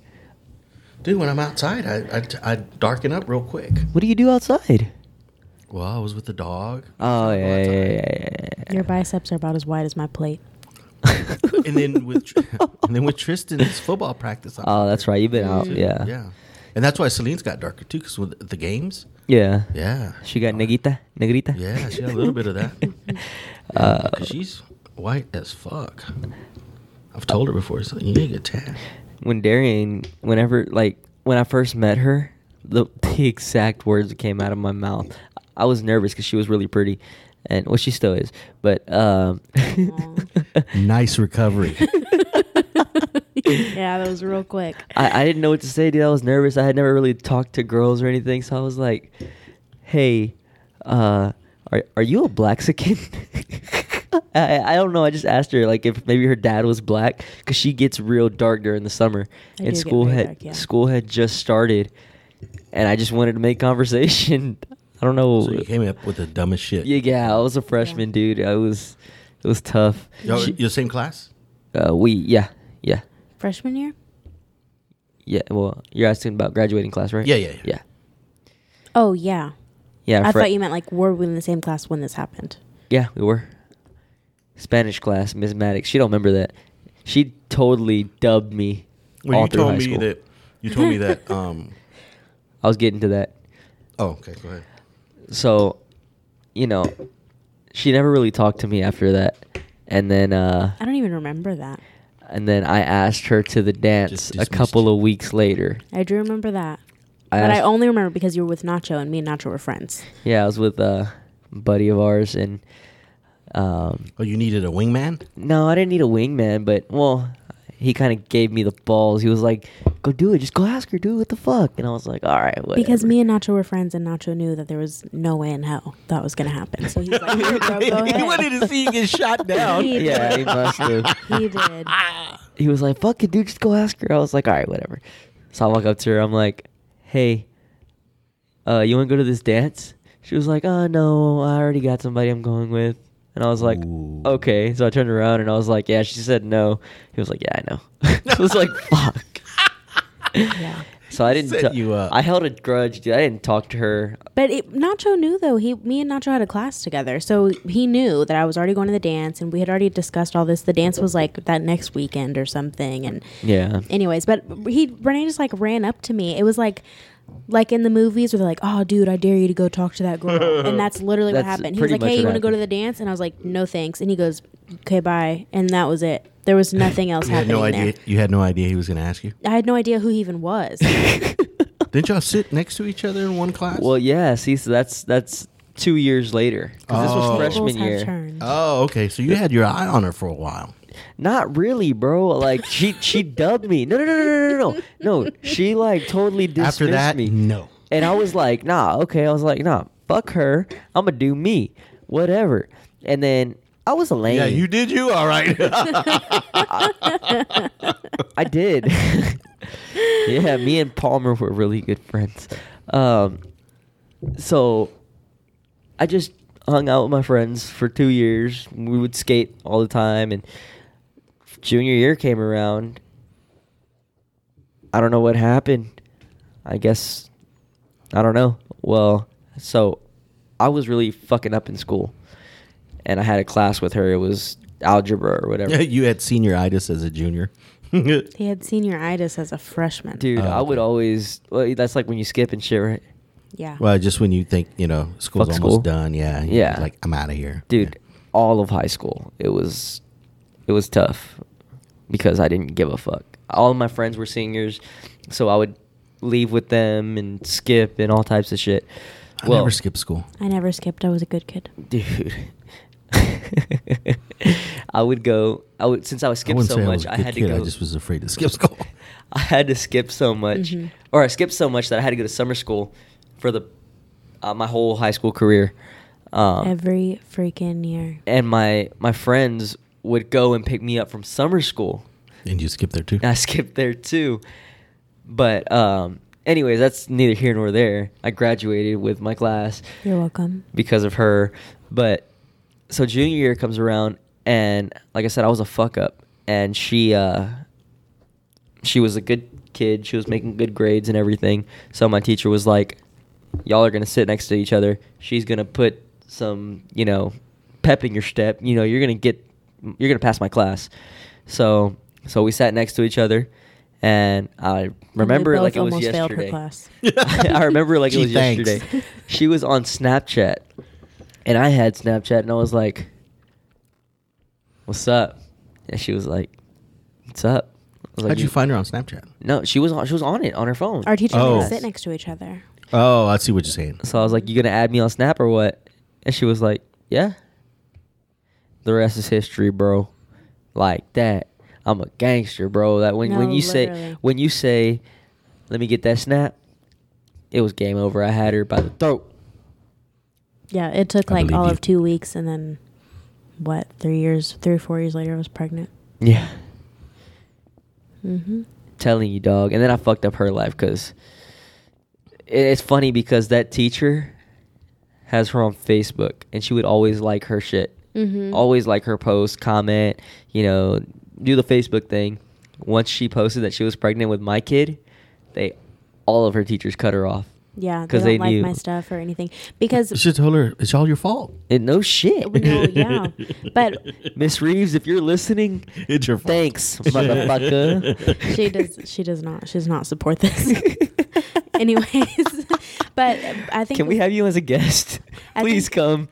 B: Dude, when I'm outside, I, I, I darken up real quick.
C: What do you do outside?
B: Well, I was with the dog.
C: Oh,
B: I go
C: yeah, yeah,
B: outside.
C: yeah, yeah, yeah.
D: Your biceps are about as wide as my plate.
B: And then with Tr- and then with Tristan's football practice. I'm
C: Oh,
B: out
C: that's right. You've been out.
B: there.
C: Yeah.
B: Yeah. And that's why Celine's got darker too, because with the games.
C: Yeah.
B: Yeah.
C: She got negrita. Negrita?
B: Yeah, she had a little bit of that. Uh, she's white as fuck. I've told her before, so you need to get tan.
C: When Darian, whenever, like, when I first met her, the, the exact words that came out of my mouth, I was nervous because she was really pretty. And, well, she still is. But, um,
B: Nice recovery.
D: yeah, that was real quick.
C: I, I didn't know what to say, dude. I was nervous. I had never really talked to girls or anything, so I was like, "Hey, uh, are are you a Blaxican?" I I don't know. I just asked her like if maybe her dad was black because she gets real dark during the summer,
D: I do
C: and
D: get
C: school
D: very
C: had
D: dark, yeah.
C: school had just started, and I just wanted to make conversation. I don't know.
B: so you came up with the dumbest shit.
C: yeah, yeah, I was a freshman, dude. I was it was tough.
B: Y'all,
C: She-
B: you same class?
C: uh, we yeah yeah.
D: Freshman year?
C: Yeah, well, you're asking about graduating class, right?
B: Yeah, yeah, yeah.
C: yeah.
D: Oh yeah.
C: Yeah,
D: I
C: fre-
D: thought you meant like were we in the same class when this happened?
C: Yeah, we were. Spanish class, Miss Maddox. She don't remember that. She totally dubbed me
B: Well,
C: all
B: you
C: through
B: told
C: high
B: me
C: school.
B: that. You told me that. Um,
C: I was getting to that.
B: oh, okay, go ahead.
C: So, you know, she never really talked to me after that. And then, uh,
D: I don't even remember that.
C: and then I asked her to the dance
B: Just
C: a
B: dismissed
C: couple
B: you.
C: of weeks later.
D: I do remember that.
C: I
D: but I
C: asked-
D: only remember because you were with Nacho and me and Nacho were friends.
C: Yeah, I was with a buddy of ours, and um,
B: Oh, you needed a wingman?
C: no, I didn't need a wingman, but well, he kind of gave me the balls. He was like, "Go do it, just go ask her, dude. What the fuck?" And I was like, "All right, whatever."
D: Because me and Nacho were friends and Nacho knew that there was no way in hell that was gonna happen. So he's like, "Here, bro, go ahead.
B: to see you get shot down.
D: He
C: yeah,
D: did.
C: he must have.
D: He did.
C: he was like, "Fuck it, dude, just go ask her." I was like, "All right, whatever." So I walk up to her. I'm like, "Hey, uh, you want to go to this dance?" She was like, "Oh no, I already got somebody I'm going with." And I was like,
B: Ooh.
C: "Okay." So I turned around and I was like, "Yeah." She said no. He was like, "Yeah, I know." I was like, "Fuck."
D: Yeah.
C: So I didn't.
B: Set
C: ta-
B: you up.
C: I held a grudge, dude. I didn't talk to her.
D: But it, Nacho knew though. He, me and Nacho had a class together, so he knew that I was already going to the dance, and we had already discussed all this. The dance was like that next weekend or something, and
C: Yeah.
D: anyways, but he Renee just like ran up to me. It was like. Like in the movies where they're like, "Oh, dude, I dare you to go talk to that girl," and that's literally
C: That's
D: what happened. He
C: pretty
D: was like,
C: much
D: "Hey, you
C: what
D: want to go to
C: happened.
D: the dance?" And I was like, "No, thanks." And he goes, okay, bye. And that was it. There was nothing else
B: You had
D: happening
B: no idea.
D: there.
B: You had no idea he was going to ask you.
D: I had no idea who he even was.
B: Didn't y'all sit next to each other in one class?
C: Well, yeah. See, so that's that's two years later because this
B: Oh.
C: was
D: Tables
C: freshman
D: have
C: year.
D: turned.
B: oh, okay. So you had your eye on her for a while.
C: Not really, bro. Like she she dubbed me. No, no, no, no, no, no, no. She like totally dismissed
B: After that, mm-hmm.
C: me.
B: no.
C: And I was like, nah, okay. I was like, nah, fuck her. I'm gonna do me, whatever. And then I was a lame.
B: Yeah, you did you all right.
C: I did. yeah, me and Palmer were really good friends. Um, so I just hung out with my friends for two years. We would skate all the time, and junior year came around. I don't know what happened. I guess I don't know. Well, so I was really fucking up in school, and I had a class with her. It was algebra or whatever.
B: you had senioritis as a junior.
D: He had senioritis as a freshman.
C: Dude,
B: Oh,
C: I would
B: okay.
C: always. Well, that's like when you skip and shit, right?
D: Yeah.
B: well, just when you think you know school's
C: Fuck
B: almost
C: school.
B: done, yeah, you're
C: Yeah.
B: like I'm out of here,
C: Dude, all of high school, it was, it was tough because I didn't give a fuck. All of my friends were seniors, so I would leave with them and skip and all types of shit.
B: I never skip school.
D: I never skipped. I was a good kid.
C: dude. I would go. I would since I was
B: I
C: skipped
B: wouldn't
C: so
B: say I
C: much.
B: was a
C: I,
B: good
C: had
B: kid,
C: to go.
B: I just was afraid to skip school.
C: I had to skip so much,
D: Mhm.
C: or I skipped so much that I had to go to summer school for the uh, my whole high school career. Um,
D: Every freaking year.
C: and my my friends would go and pick me up from summer school.
B: and you skip there too.
C: And I skipped there too, but um, anyways, that's neither here nor there. I graduated with my class
D: You're welcome.
C: because of her. But so junior year comes around, and like I said, I was a fuck up, and she uh, she was a good kid. She was making good grades and everything. So my teacher was like, "Y'all are gonna sit next to each other. She's gonna put some, you know, pep in your step. You know, you're gonna get, you're gonna pass my class." So so we sat next to each other. And I remember it
D: both
C: like it was
D: almost
C: yesterday.
D: failed her class.
C: I I remember like it
B: Gee,
C: was
B: thanks.
C: yesterday. She was on Snapchat, and I had Snapchat, and I was like, "What's up?" And she was like, "What's up?" I was like,
B: How'd you find her on Snapchat?
C: No, she was on. She was on it on her phone.
D: Our teachers
B: Oh.
D: would sit next to each other.
B: Oh, I see what you're saying.
C: So I was like, "You gonna add me on Snap or what?" And she was like, "Yeah." The rest is history, bro. Like that, I'm a gangster, bro. That when when
D: No,
C: you say
D: literally.
C: when you say, "Let me get that snap," it was game over. I had her by the throat.
D: Yeah, it took
B: I
D: like
B: believe
D: all
B: you.
D: of two weeks, and then what? Three years, three or four years later, I was pregnant.
C: Yeah,
D: Mm-hmm.
C: telling you, dog. And then I fucked up her life because it's funny because that teacher has her on Facebook, and she would always like her shit,
D: Mhm.
C: always like her post, comment, you know, do the Facebook thing. Once she posted that she was pregnant with my kid, they all of her teachers cut her off.
D: Yeah, they
C: 'Cause
D: don't
C: they
D: like
C: knew.
D: my stuff or anything
B: You
D: because
B: should tell her it's all your fault.
C: And no shit,
D: no, yeah, but
C: Miss Reeves, if you're listening,
B: It's your fault.
C: thanks, motherfucker.
D: she does. She does not. She does not support this. Anyways, but uh, I think
C: Can we have you as a guest?
D: I
C: Please
D: think-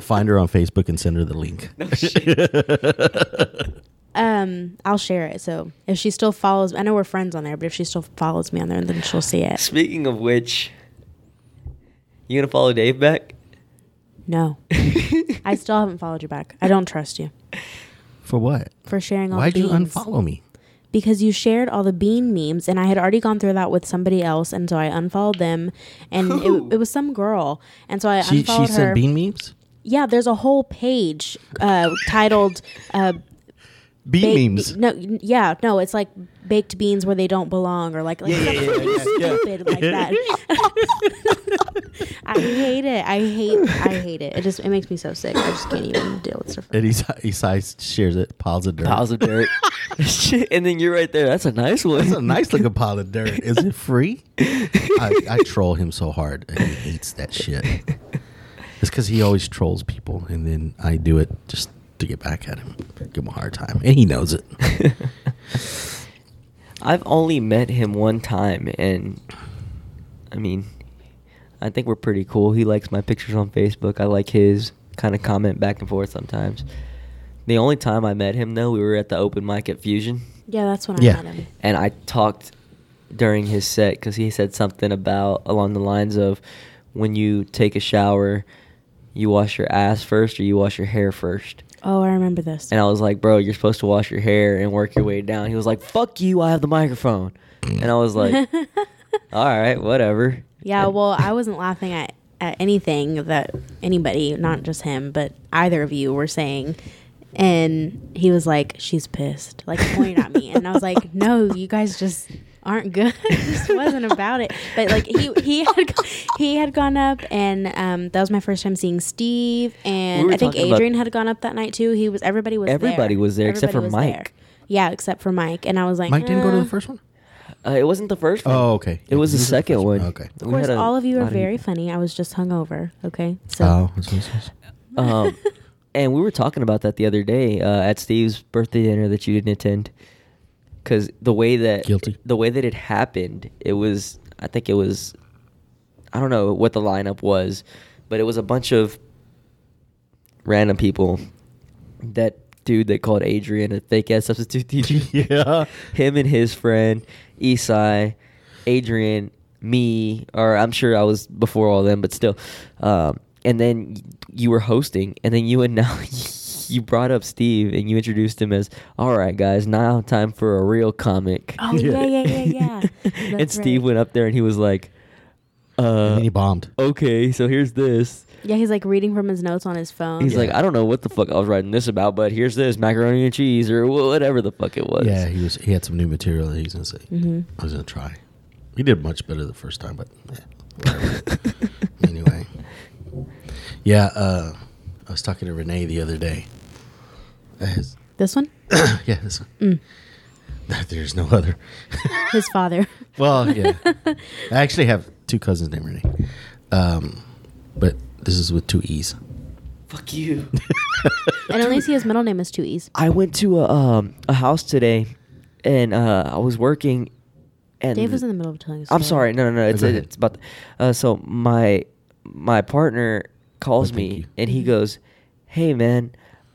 B: find her on Facebook and send her the link.
C: No shit.
D: Um, I'll share it. So if she still follows, I know we're friends on there, but if she still follows me on there, then she'll see it.
C: Speaking of which, you gonna follow Dave back?
D: No, I still haven't followed you back. I don't trust you
B: For what?
D: for sharing all.
B: Why'd
D: the
B: you
D: beans.
B: unfollow me?
D: Because you shared all the bean memes, and I had already gone through that with somebody else, and so I unfollowed them, and
C: Who?
D: it, it was some girl, and so I
B: She she
D: unfollowed her.
B: sent bean memes.
D: yeah, there's a whole page uh, titled uh,
B: Bean memes.
D: baked- No, yeah, no, it's like baked beans where they don't belong, or like like something stupid like that. I hate it. I hate. I hate it. It just it makes me so sick. I just can't even deal with stuff.
B: And he, he sighs, shares it, piles of dirt.
C: Piles of dirt. Shit, and then you're right there. That's a nice one.
B: It's a nice looking pile of dirt. Is it free? I, I troll him so hard. and He hates that shit. It's because he always trolls people, and then I do it just to get back at him, give him a hard time, and he knows it.
C: I've only met him one time, and I mean, I think we're pretty cool. He likes my pictures on Facebook. I like his. Kind of comment back and forth sometimes, The only time I met him though, we were at the open mic at Fusion,
D: Yeah, that's when I
B: Yeah.
D: met him.
C: and I talked during his set because he said something about along the lines of when you take a shower, you wash your ass first or you wash your hair first.
D: Oh, I remember this.
C: And I was like, bro, you're supposed to wash your hair and work your way down. He was like, fuck you, I have the microphone. And I was like, all right, whatever.
D: yeah,
C: And-
D: well, I wasn't laughing at, at anything that anybody, not just him, but either of you were saying. And he was like, she's pissed, like pointing at me. And I was like, no, you guys just aren't good. this wasn't about it. But like he, he had go- he had gone up and um, that was my first time seeing Steve and
C: We were
D: I think
C: talking about-
D: Adrian had gone up that night too. He was everybody was
C: Everybody
D: there.
C: was there except for
D: Everybody was
C: Mike.
D: Yeah, except for Mike. And I was like
B: Mike didn't go to
D: "Uh,
B: the first one.
C: Uh, it wasn't the first one.
B: Oh, okay.
C: It was the second one.
B: Okay.
C: We
D: Of course,
C: had a
D: all of you
C: lot
D: are very funny. I was just hungover. Okay, so
B: Oh, that's what it says.
C: Um, and we were talking about that the other day uh, at Steve's birthday dinner that you didn't attend, because the way that
B: Guilty.
C: the way that it happened, it was I think it was, I don't know what the lineup was, but it was a bunch of random people. That dude they called Adrian a fake ass substitute teacher.
B: Yeah.
C: him and his friend Esai, Adrian, me, or I'm sure I was before all them, but still. Um, and then y- you were hosting, and then you and now you brought up Steve and you introduced him as, "All right, guys, now time for a real comic."
D: Oh, yeah, yeah, yeah, yeah.
C: and
D: That's
C: Steve
D: right.
C: went up there and he was like,
B: and
C: "Uh,
B: then he bombed.
C: okay, so here's this."
D: yeah, he's like reading from his notes on his phone.
C: He's
B: Yeah.
C: like, I don't know what the fuck I was writing this about, but here's this macaroni and cheese or whatever the fuck it was.
B: Yeah, he was. He had some new material that he was gonna say.
D: Mhm.
B: I was gonna try. He did much better the first time, but eh, whatever. anyway, yeah. Uh, I was talking to Renee the other day. Uh, his-
D: this one,
B: yeah, this one. There's no other.
D: his father.
B: Well, yeah. I actually have two cousins named Renee, um, but this is with two E's.
C: Fuck you.
D: and at least his middle name is two E's.
C: I went to a um, a house today, and uh, I was working. And
D: Dave was in the middle of telling us.
C: I'm sorry. No, no, no. It's
B: Go ahead.
C: it's about. Uh, so my my partner calls
B: Oh, thank
C: me
B: you.
C: and he goes, "Hey, man."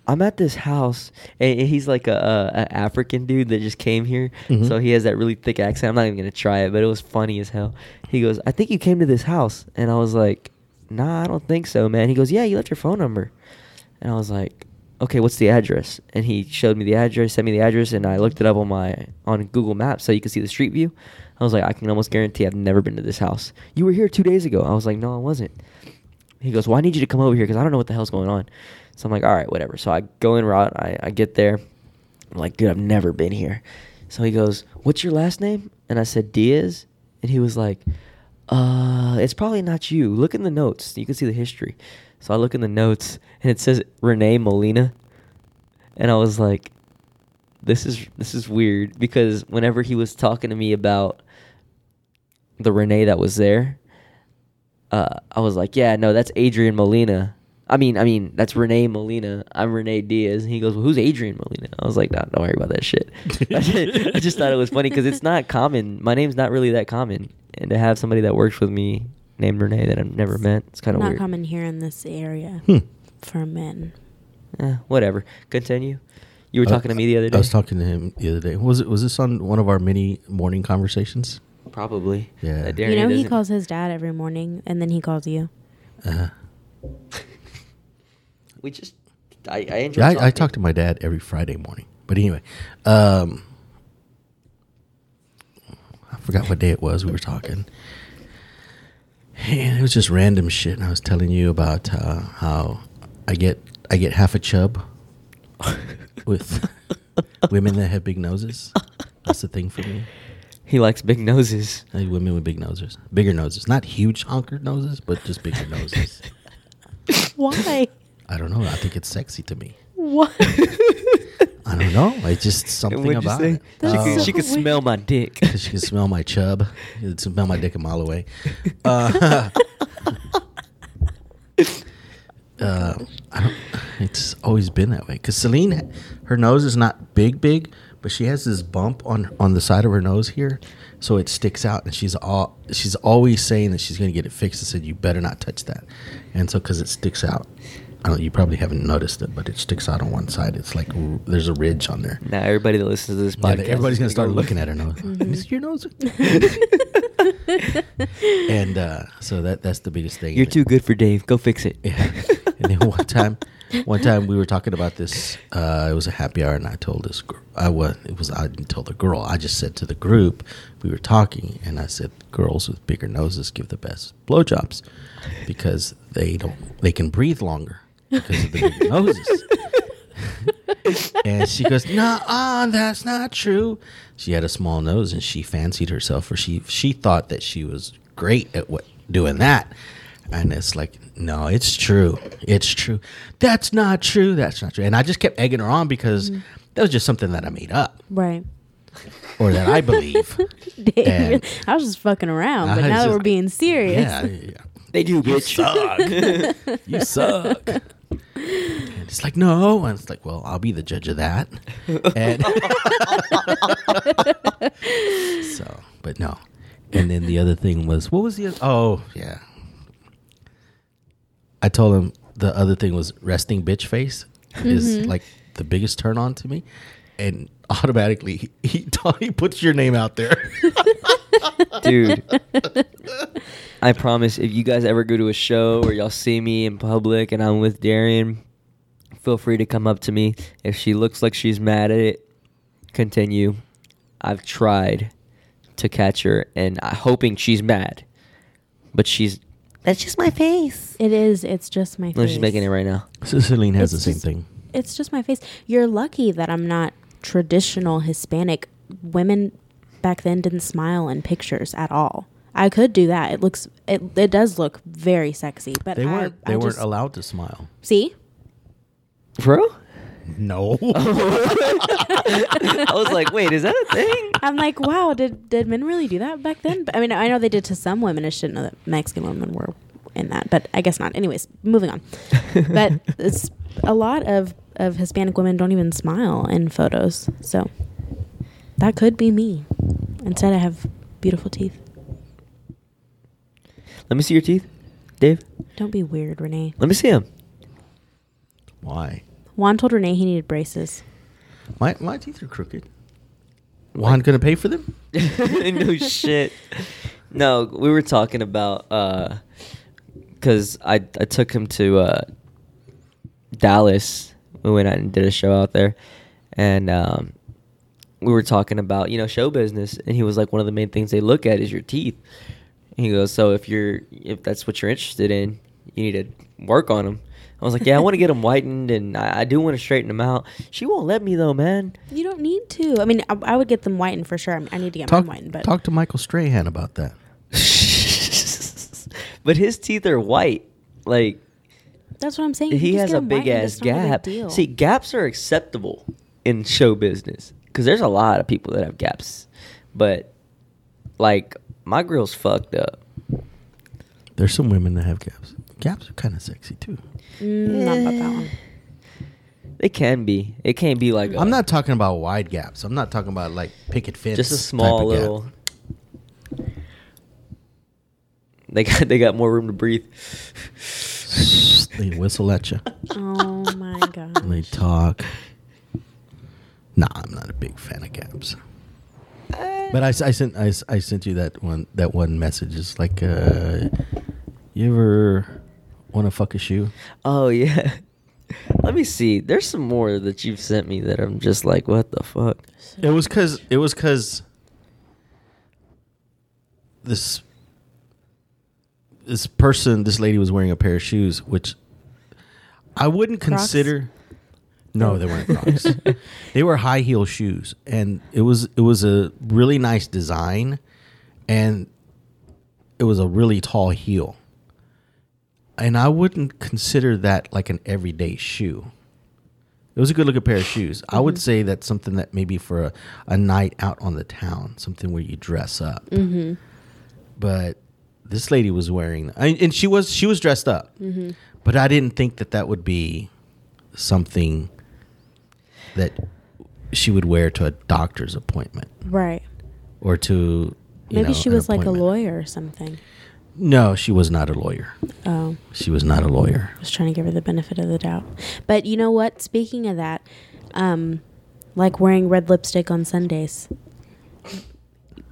C: I'm at this house, and and he's like a, a, a African dude that just came here,
B: Mhm.
C: so he has that really thick accent. I'm not even gonna try it, but it was funny as hell. He goes, "I think you came to this house," and I was like, "Nah, I don't think so, man." He goes, "Yeah, you left your phone number," and I was like, "Okay, what's the address?" And he showed me the address, sent me the address, and I looked it up on my on Google Maps so you could see the street view. I was like, "I can almost guarantee I've never been to this house." You were here two days ago. I was like, "No, I wasn't." He goes, "Well, I need you to come over here because I don't know what the hell's going on." So I'm like, "All right, whatever." So I go in route. I, I get there. I'm like, "Dude, I've never been here." So he goes, "What's your last name?" And I said, "Diaz." And he was like, "Uh, it's probably not you. Look in the notes. You can see the history." So I look in the notes, and it says Renee Molina, and I was like, "This is this is weird." Because whenever he was talking to me about the Renee that was there, uh, I was like, yeah, no, that's Adrian Molina. I mean, I mean, that's Renee Molina. I'm Renee Diaz. And he goes, well, who's Adrian Molina? I was like, nah, don't worry about that shit. I just- I just thought it was funny because it's not common. My name's not really that common. And to have somebody that works with me named Renee that I've never met, it's kind of
D: Not
C: weird.
D: common here in this area
B: Hmm.
D: for men.
C: Eh, whatever. Continue. You were
B: I-
C: talking to me the other day?
B: Uh, I was talking to him the other day. Was it? Was this on one of our many morning conversations?
C: Probably.
B: Yeah.
C: That
B: You
D: you
C: Darren
D: know he
C: doesn't-
D: calls his dad every morning, and then he calls you.
B: Uh,
C: We just, I, I enjoy
B: yeah,
C: talking.
B: I, I talk to my dad every Friday morning. But anyway, um, I forgot what day it was we were talking. And it was just random shit. And I was telling you about uh, how I get I get half a chub with women that have big noses. That's the thing for me.
C: He likes big noses.
B: I like women with big noses, bigger noses, not huge honker noses, but just bigger noses.
D: Why?
B: I don't know. I think it's sexy to me.
D: what?
B: I don't know. It's just
C: And
B: something
C: what'd you
B: about
C: say?
B: it.
C: She,
D: That's
B: Um,
C: could,
D: so
C: she could smell
D: weird.
C: my dick.
B: She can smell my chub. You can smell my dick a mile away. Uh, uh, I don't, it's always been that way. Because Celine, her nose is not big, big, but she has this bump on on the side of her nose here, so it sticks out. And she's all she's always saying that she's going to get it fixed. I said, "You better not touch that." And so, because it sticks out, I don't, you probably haven't noticed it, but it sticks out on one side. It's like r- there's a ridge on there.
C: Now everybody that listens to this
B: Yeah,
C: podcast,
B: they- everybody's gonna
C: is
B: start
C: go Mm-hmm.
B: looking at her and mm your
D: Mm-hmm.
B: nose. and uh, so that that's the biggest thing.
C: You're too good for Dave. Go fix it.
B: Yeah. and then one time, one time we were talking about this. Uh, it was a happy hour, and I told this. gr- I was it was I didn't tell the girl. I just said to the group we were talking, and I said girls with bigger noses give the best blowjobs because they don't they can breathe longer because of the big noses. And she goes, "Nah, ah, that's not true." She had a small nose, and she fancied herself, or she she thought that she was great at what doing that. And it's like, no, it's true. It's true. That's not true. That's not true. And I just kept egging her on because that was just something that I made up
D: Right.
B: or that I believe.
D: Dave, I was just fucking around, but
B: I
D: now that
B: just-
D: we're being serious,
B: yeah, yeah.
C: They do, bitch.
B: you suck. And it's like, no. And it's like, well, I'll be the judge of that. And so, but no. And then the other thing was, what was the other? Oh, yeah. I told him the other thing was resting bitch face
D: Mm-hmm.
B: is like the biggest turn on to me. And automatically, he, he, he puts your name out there.
C: dude. I promise, if you guys ever go to a show or y'all see me in public and I'm with Darian, feel free to come up to me. If she looks like she's mad at it, continue. I've tried to catch her and I hoping she's mad, but she's that's just my face.
D: it is. It's just my face.
C: No, she's making it right now.
B: Cicelyne has
D: It's
B: the same
D: just-
B: thing.
D: It's just my face. You're lucky that I'm not traditional Hispanic. Women back then didn't smile in pictures at all. I could do that. It looks it, it does look very sexy, but
B: They
D: I-
B: weren't,
D: I
B: they weren't
D: just-
B: allowed to smile.
D: See?
C: Bro,
B: No.
D: Oh.
C: I was like, wait, is that a thing?
D: I'm like, wow, did did men really do that back then? But, I mean, I know they did to some women. I just didn't know that Mexican women were in that, but I guess not. Anyways, moving on. But it's a lot of of Hispanic women don't even smile in photos, so that could be me. Instead, I have beautiful teeth.
C: Let me see your teeth, Dave.
D: Don't be weird, Renee.
C: Let me see them.
B: Why?
D: Juan told Renee he needed braces.
B: My my teeth are crooked. Juan gonna pay for them?
C: no shit. No, we were talking about because I I took him to uh, Dallas. We went out and did a show out there, and um, we were talking about you know show business, and he was like, one of the main things they look at is your teeth. And he goes, so if you're if that's what you're interested in, you need to work on them. I was like, yeah, I want to get them whitened, and I, I do want to straighten them out. She won't let me though, man.
D: You don't need to. I mean, I, I would get them whitened for sure. I, mean, I need to get
B: Talk,
D: mine whitened, but
B: talk to Michael Strahan about that.
C: but his teeth are white. Like
D: that's what I'm saying. You
C: he
D: just
C: has
D: get
C: a
D: 'em
C: big
D: whitened.
C: ass
D: It's not a big
C: gap.
D: deal.
C: See, gaps are acceptable in show business because there's a lot of people that have gaps. But like my girl's fucked up.
B: There's some women that have gaps. Gaps are kind of sexy too.
D: Mm, not about that one.
C: It can be. It can't be like
B: I'm
C: a-
B: not talking about wide gaps. I'm not talking about like picket fence.
C: just a
B: type of
C: small
B: gap.
C: little. They got they got more room to breathe.
B: They whistle at you.
D: Oh my god.
B: They talk. Nah, I'm not a big fan of gaps. But I, s- I sent I, s- I sent you that one that one message. It's like, uh, you ever want to fuck a shoe?
C: Oh yeah. Let me see. There's some more that you've sent me that I'm just like, what the fuck?
B: It was because it was because this this person, this lady was wearing a pair of shoes, which I wouldn't
D: Crocs?
B: consider. No, they weren't Crocs. they were high heel shoes, and it was it was a really nice design, and it was a really tall heel. And I wouldn't consider that like an everyday shoe. It was a good looking pair of shoes. I
D: Mm-hmm.
B: would say that's something that maybe for a, a night out on the town, something where you dress up.
D: Mm-hmm.
B: But this lady was wearing, I, and she was she was dressed up.
D: Mm-hmm.
B: But I didn't think that that would be something that she would wear to a doctor's appointment
D: Right.
B: or to you
D: Maybe
B: know,
D: she
B: an
D: was like a
B: appointment.
D: lawyer or something.
B: No, she was not a lawyer.
D: Oh,
B: She was not a lawyer.
D: just trying to give her the benefit of the doubt. But you know what? Speaking of that, um, like wearing red lipstick on Sundays.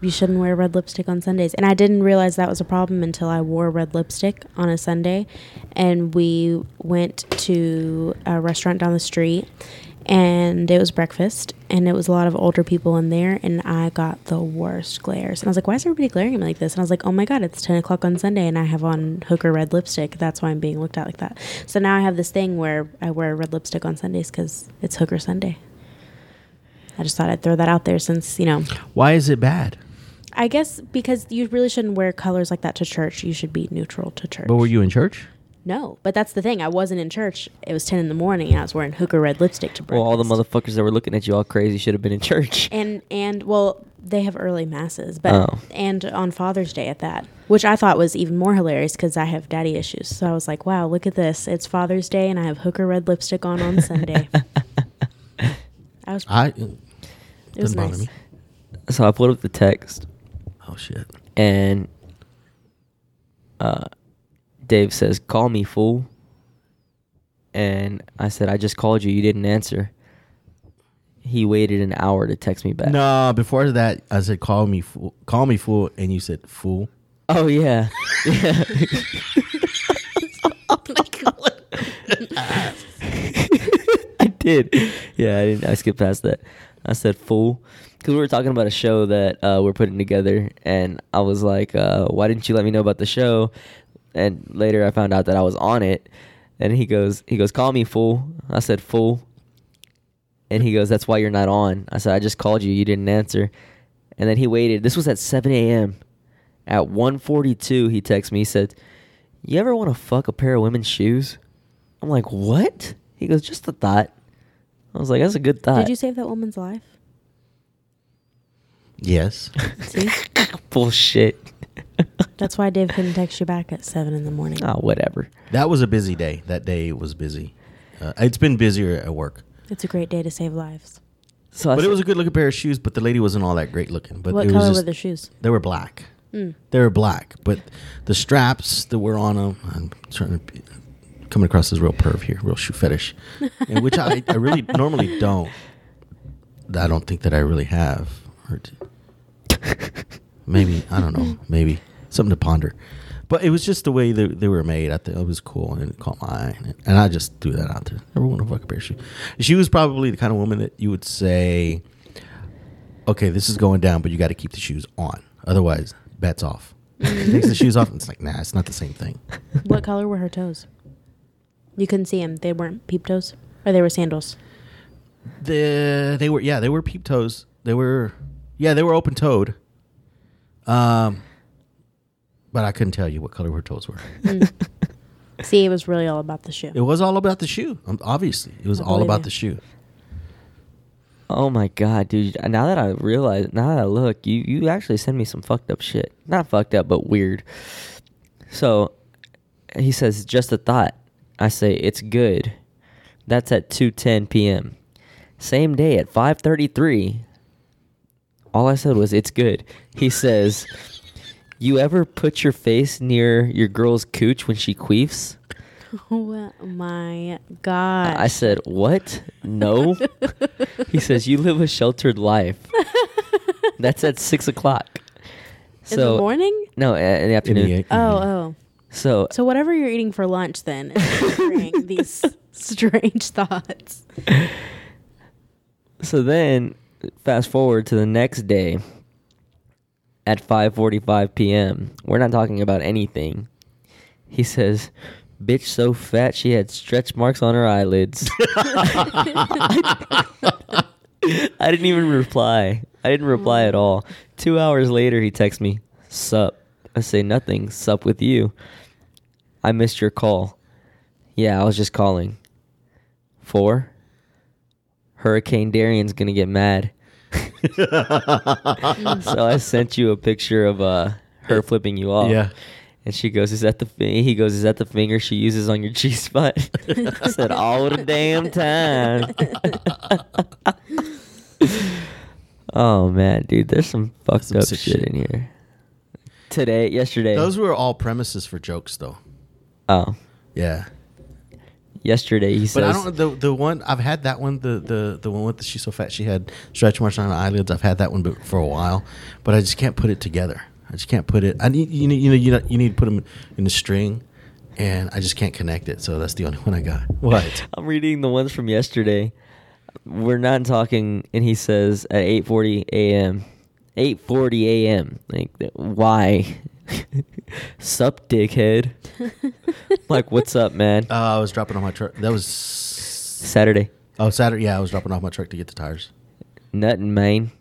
D: You shouldn't wear red lipstick on Sundays. And I didn't realize that was a problem until I wore red lipstick on a Sunday. And we went to a restaurant down the street and it was breakfast and it was a lot of older people in there and I got the worst glares. And I was like, why is everybody glaring at me like this? And I was like, oh my God, it's 10 o'clock on Sunday and I have on hooker red lipstick. That's why I'm being looked at like that. So now I have this thing where I wear red lipstick on Sundays because it's hooker Sunday. I just thought I'd throw that out there since, you know,
B: Why is it bad?
D: I guess because you really shouldn't wear colors like that to church. You should be neutral to church.
B: But were you in church?
D: no, but that's the thing. I wasn't in church. It was 10 in the morning and I was wearing hooker red lipstick to breakfast.
C: Well, all the motherfuckers that were looking at you all crazy should have been in church.
D: And, and, well, they have early masses, but,
C: Oh.
D: and on Father's Day at that, which I thought was even more hilarious because I have daddy issues. So I was like, wow, look at this. It's Father's Day and I have hooker red lipstick on on Sunday. I was,
B: I
D: it was
B: doesn't Ah, bother
D: nice.
B: me.
C: So I put up the text,
B: Oh shit.
C: and uh, Dave says, "Call me fool." And I said, "I just called you. You didn't answer." He waited an hour to text me back.
B: No, before that I said call me fool call me fool and you said fool.
C: Oh yeah. yeah. I did. Yeah, I didn't. I skipped past that. I said fool because we were talking about a show that uh, we're putting together, and I was like, uh, "Why didn't you let me know about the show?" And later, I found out that I was on it. And he goes, he goes, "Call me fool." I said fool, and he goes, "That's why you're not on." I said, "I just called you. You didn't answer." And then he waited. This was at 7 a.m. At 1:42, he texted me. He said, "You ever want to fuck a pair of women's shoes?" I'm like, "What?" He goes, "Just a thought." I was like, "That's a good thought."
D: Did you save that woman's life?
B: Yes.
D: See?
C: bullshit?
D: That's why Dave couldn't text you back at seven in the morning.
C: oh, whatever.
B: that was a busy day. That day was busy. Uh, it's been busier at work.
D: It's a great day to save lives.
C: So I
B: But it
C: said-
B: was a good looking pair of shoes, but the lady wasn't all that great looking. But it
D: what
B: was
D: color
B: just,
D: were the shoes?
B: They were black.
D: Mm.
B: They were black, but the straps that were on them, I'm trying to be, coming across as real perv here, real shoe fetish, and which I, I really normally don't. I don't think that I really have. Or t- maybe I don't know. Maybe something to ponder. But it was just the way they, they were made. I think it was cool and it caught my eye, and I just threw that out there. Never want to fuck a pair of shoes. She was probably the kind of woman that you would say, okay, this is going down, but you got to keep the shoes on. Otherwise, bets off. Takes the shoes off, and it's like, nah, it's not the same thing.
D: what color were her toes? You couldn't see them. They weren't peep toes, or they were sandals.
B: The they were yeah they were peep toes. They were yeah they were open toed. Um, but I couldn't tell you what color her toes were.
D: Hmm. See, it was really all about the shoe.
B: It was all about the shoe. Um, obviously, it was
D: I
B: all
D: believe
B: about
D: you.
B: the shoe.
C: Oh my god, dude! Now that I realize, now that I look, you you actually send me some fucked up shit. Not fucked up, but weird. So, he says, "Just a thought." I say, "It's good." That's at two ten p.m. Same day at five thirty three. All I said was, "It's good." He says, "You ever put your face near your girl's cooch when she queefs?"
D: Oh my god!
C: I said, "What? No." he says, "You live a sheltered life." That's at six o'clock.
D: in the morning.
C: No, uh, in the
B: In
C: afternoon.
B: the, in the-
D: Oh, oh.
C: So,
D: So whatever you're eating for lunch, then is triggering these strange thoughts.
C: so then, fast forward to the next day at five forty-five p.m. We're not talking about anything. He says, "Bitch, so fat she had stretch marks on her eyelids." I didn't even reply. I didn't reply at all. Two hours later, he texts me, Sup. I say, Nothing. Sup with you. I missed your call. Yeah, I was just calling. Four. Hurricane Darian's going to get mad. so I sent you a picture of uh, her flipping you off.
B: Yeah.
C: And she goes, "Is that the fi-? he goes? Is that the finger she uses on your G spot?" I said, "All the damn time." oh man, dude, there's some fucked
B: some
C: up
B: sick
C: shit
B: shit.
C: in here. today, yesterday.
B: Those were all premises for jokes, though.
C: oh,
B: Yeah,
C: yesterday he
B: but
C: says.
B: I don't. The the one I've had that one. The the the one with the she's so fat she had stretch marks on her eyelids. I've had that one be- for a while, but I just can't put it together. I just can't put it. I need you know you know you, know, you need to put them in a string, and I just can't connect it. So that's the only one I got. What?
C: I'm reading the ones from yesterday. We're not talking, and he says at 8:40 a.m. 8:40 a.m. Like th- why? Sup, dickhead. like what's up, man?
B: Uh, I was dropping off my truck. That was
C: Saturday,
B: oh Saturday. Yeah, I was dropping off my truck to get the tires.
C: nothing, man.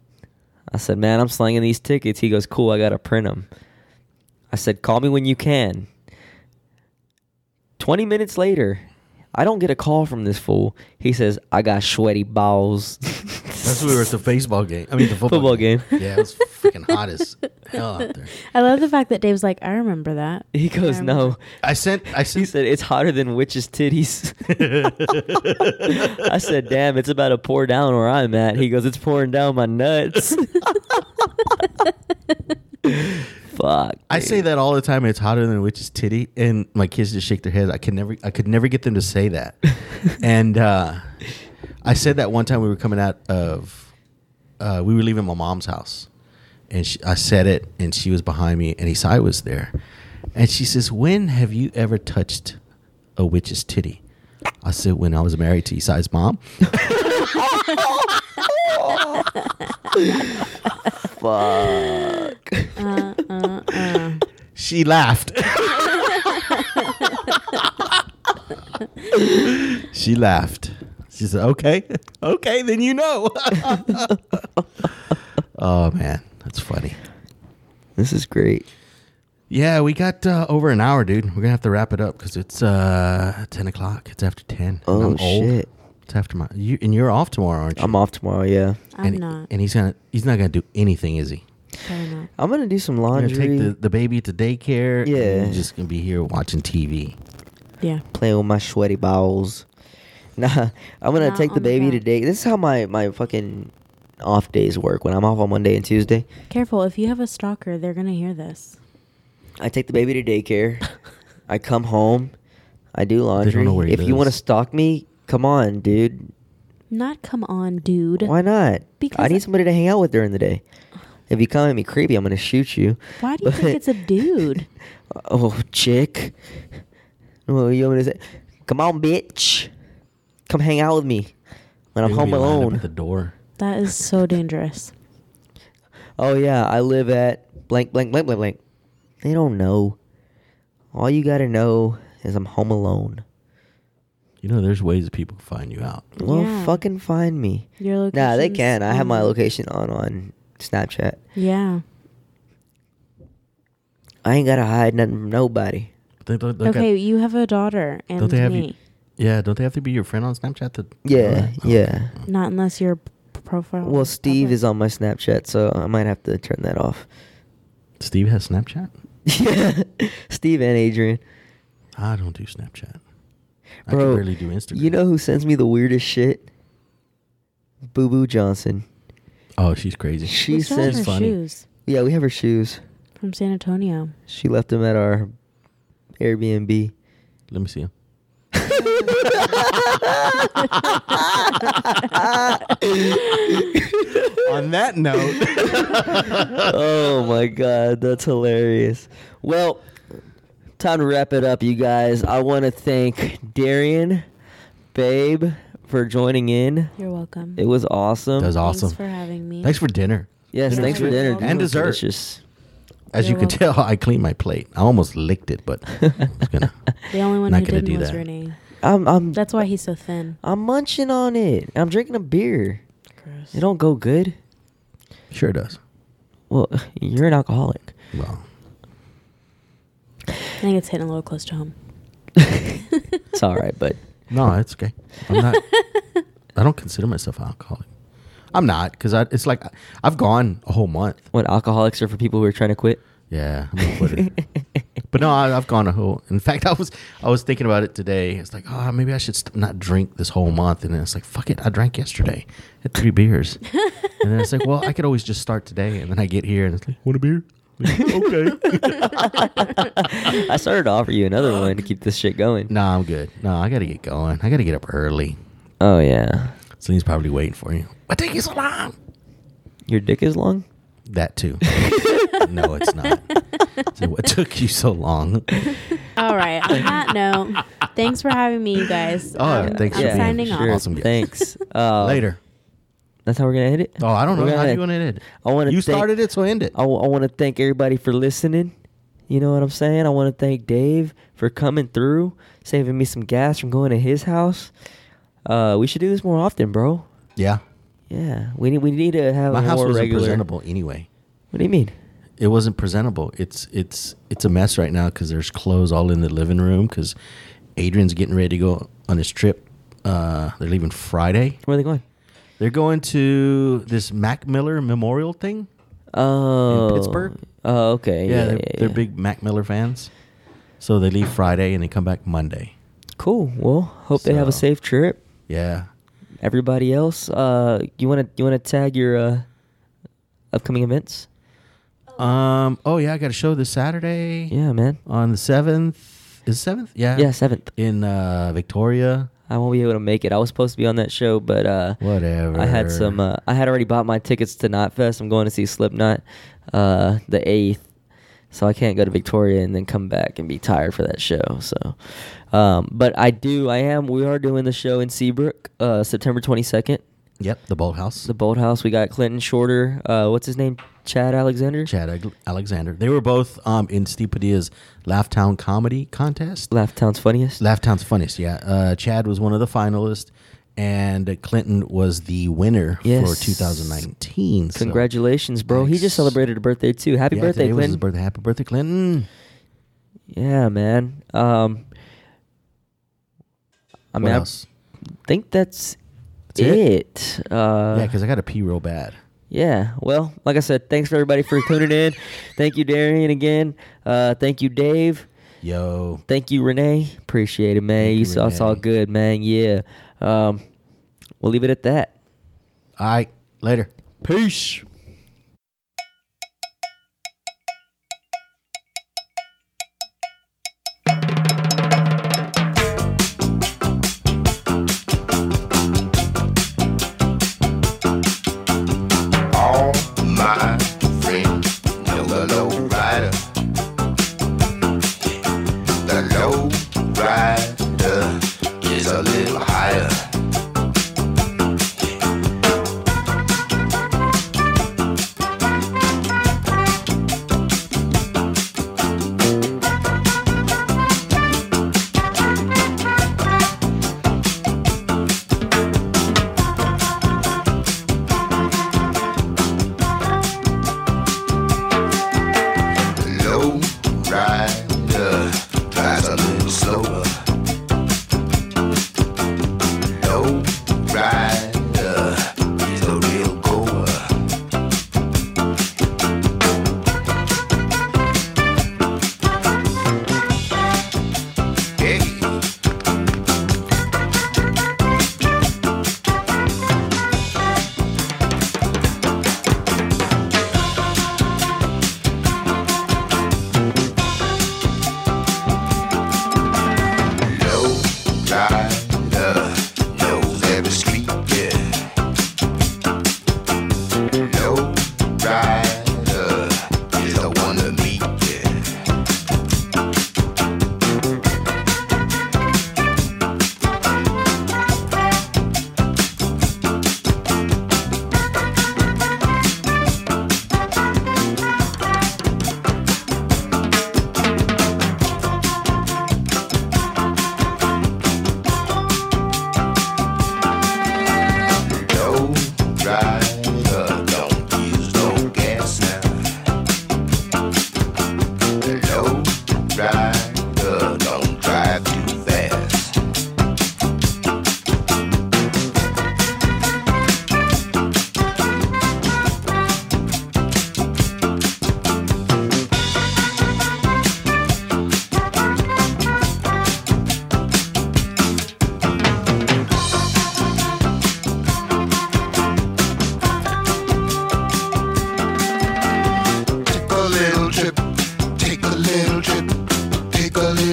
C: I said, man, I'm slinging these tickets. He goes, cool. I gotta print them. I said, call me when you can. Twenty minutes later. I don't get a call from this fool. He says, I got sweaty balls.
B: That's when we were at the baseball game. I mean the football,
C: Football game.
B: Yeah, it was freaking hot as hell out there.
D: I love the fact that Dave's like, I remember that.
C: He goes,
D: Um,
C: no.
B: I sent I
C: He
B: sent
C: said, it's hotter than witches' titties. I said, damn, it's about to pour down where I'm at. He goes, it's pouring down my nuts. Fuck.
B: I say that all the time. It's hotter than a witch's titty, and my kids just shake their heads. I can never, I could never get them to say that. and uh, I said that one time we were coming out of, uh, we were leaving my mom's house, and she, I said it, and she was behind me, and Isai was there, and she says, "When have you ever touched a witch's titty?" I said, "When I was married to Isai's mom."
C: Fuck.
D: Uh, uh, uh.
B: She laughed. she laughed. She said, "Okay, okay, then you know." oh man, that's funny.
C: This is great.
B: Yeah, we got uh, over an hour, dude. We're gonna have to wrap it up because it's uh, ten o'clock. It's after ten. and
C: Oh, shit.
B: It's after my. You and you're off tomorrow, aren't you?
C: I'm off tomorrow, yeah.
D: I'm
B: and,
D: not.
B: And he's gonna. He's not gonna do anything, is he?
D: Probably not.
C: I'm going to do some
B: You're
C: laundry,
B: gonna take the, the baby to daycare. and
C: Yeah.
B: you're just gonna be here watching TV.
D: Yeah.
C: playing with my sweaty balls. Nah, I'm going to
D: Not
C: take the
D: on the
C: baby
D: back.
C: today. This is how my, my fucking off days work. When I'm off on Monday and Tuesday,
D: Careful. If you have a stalker, they're going to hear this.
C: I take the baby to daycare. I come home. I do laundry.
B: know where he
C: if you want to
B: lives.
C: stalk me, come on, dude.
D: Not come on, dude.
C: Why not? I
D: Because-
C: need somebody to hang out with during the day. If you come at me creepy, I'm gonna shoot you.
D: Why do you think
C: But-
D: it's a dude?
C: oh, chick. What you want me to say? Come on, bitch. Come hang out with me when I'm
B: You're gonna
C: home
B: be lined up
C: alone.
B: at the door.
D: That is so dangerous.
C: Oh yeah, I live at blank blank blank blank blank. They don't know. All you gotta know is I'm home alone.
B: You know, there's ways that people can find you out.
C: Well,
D: Yeah.
C: fucking find me.
D: Your location.
C: Nah, they can. I have my location on on Snapchat.
D: Yeah.
C: I ain't gotta hide nothing from nobody.
B: They, don't- they
D: Okay,
B: got-
D: you have a daughter and
B: don't they have
D: me.
B: you? Yeah, don't they have to be your friend on Snapchat? To,
C: Yeah,
B: Okay.
C: yeah.
D: Not unless your p- profile.
C: Well, Steve
D: public.
C: is on my Snapchat, so I might have to turn that off.
B: Steve has Snapchat.
C: Yeah, Steve and Adrian.
B: I don't do Snapchat. I
C: Bro,
B: can barely do Instagram.
C: You know who sends me the weirdest shit? Boo Boo Johnson.
B: Oh, she's crazy.
C: She
D: We
C: He
D: still have
C: says
D: her
B: funny.
D: shoes
C: Yeah, we have her shoes.
D: from San Antonio.
C: She left them at our Airbnb.
B: Let me see him. on that note,
C: oh my god, that's hilarious. Well, time to wrap it up, you guys. I want to thank Darian, Babe, for joining in.
D: You're welcome.
C: It was awesome.
B: that was awesome.
D: Thanks for having me.
B: Thanks for dinner.
C: yes,
D: Yeah.
C: thanks for dinner
D: And
C: It was
B: dessert.
C: delicious.
B: As you
D: You're
B: can tell, I cleaned my plate. I almost licked it, but I was gonna.
D: The only one
B: Not
D: who
B: gonna
D: didn't
B: do
D: was
B: that.
D: Renee.
C: I'm, I'm,
D: That's why he's so thin.
C: I'm munching on it. I'm drinking a beer.
D: Gross.
C: It don't go good.
B: Sure does.
C: Well, you're an alcoholic.
B: Well,
D: I think it's hitting a little close to home.
C: It's all right, but
B: no, it's okay. I'm not. I don't consider myself an alcoholic. I'm not because I. It's like I- I've gone a whole month.
C: when alcoholics are for people who are trying to quit.
B: Yeah, I'm a quitter. but no, I, I've gone a whole. In fact, I was I was thinking about it today. It's like, oh, maybe I should st- not drink this whole month. And then it's like, fuck it, I drank yesterday. Had three beers. and then it's like, well, I could always just start today. And then I get here and it's like, want a beer? okay.
C: I started to offer you another one to keep this shit going.
B: nah, I'm good. No, I gotta get going. I gotta get up early.
C: Oh yeah,
B: Celine's probably waiting for you. What take you so long?
C: your dick is long.
B: That too. no, it's not. So what took you so long?
D: All right. On that note, thanks for having me, you guys. Um,
B: Oh, thanks
D: I'm
B: for being
D: signing
B: here.
D: off.
B: Sure. Awesome guest.
C: Thanks. Uh,
B: Later.
C: That's how we're gonna hit it.
B: Oh, I don't know.
C: We're
B: How
C: gonna-
B: do you want to end it?
C: I wanna
B: You
C: thank-
B: started it, so end it.
C: I, want to thank everybody for listening. You know what I'm saying? I want to thank Dave for coming through, saving me some gas from going to his house. Uh, we should do this more often, bro.
B: Yeah.
C: Yeah, we need we need to have
B: My
C: a
B: house
C: more
B: wasn't
C: regular.
B: presentable anyway.
C: What do you mean?
B: It wasn't presentable. It's it's it's a mess right now because there's clothes all in the living room because Adrian's getting ready to go on his trip. Uh, they're leaving Friday.
C: Where are they going?
B: They're going to this Mac Miller Memorial thing.
C: Oh,
B: Pittsburgh?
C: Oh, okay.
B: Yeah,
C: Yeah,
B: they're,
C: yeah,
B: they're
C: yeah.
B: big Mac Miller fans. So they leave Friday and they come back Monday.
C: Cool. Well, hope they have a
B: So-
C: safe trip.
B: Yeah.
C: Everybody else, uh, you wanna you wanna tag your uh, upcoming events?
B: Um. Oh yeah, I got a show this Saturday.
C: Yeah, man.
B: On the seventh. Is seventh? Yeah.
C: Yeah, seventh.
B: In uh, Victoria.
C: I won't be able to make it. I was supposed to be on that show, but uh,
B: Whatever.
C: I had some. Uh, I had already bought my tickets to Knotfest. I'm going to see Slipknot, uh, the eighth. So I can't go to Victoria and then come back and be tired for that show. So, um, but I do. I am. We are doing the show in Seabrook, uh, September 22nd.
B: Yep. The Bolt House.
C: The Bold House. We got Clinton Shorter. Uh, what's his name? Chad Alexander.
B: Chad Ag- Alexander. They were both um, in Steve Padilla's Laugh Town Comedy Contest.
C: Laugh Town's funniest.
B: Laugh Town's funniest, yeah. Uh, Chad was one of the finalists, and Clinton was the winner
C: Yes.
B: for 2019. so-
C: Congratulations, bro. He
B: Thanks.
C: just celebrated a birthday too. Happy
B: Yeah,
C: birthday,
B: today was his
C: Clinton.
B: birthday. Happy birthday, Clinton.
C: Yeah, man. Um, I
B: what
C: mean, I
B: else?
C: think that's
B: That's it?
C: it. Uh,
B: yeah, because I got to pee real bad.
C: yeah. Well, like I said, thanks for everybody for tuning in. Thank you, Darian, again. Uh, thank you, Dave.
B: Yo.
C: Thank you, Renee. Appreciate it, man.
B: Thank
C: You
B: you,
C: saw it's all
B: Renee.
C: good, man. Yeah. Um, we'll leave it at that.
B: All right. Later.
C: Peace.
E: all my friends know the low rider. The low rider is a little higher. The low rider drives a little slower.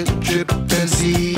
E: see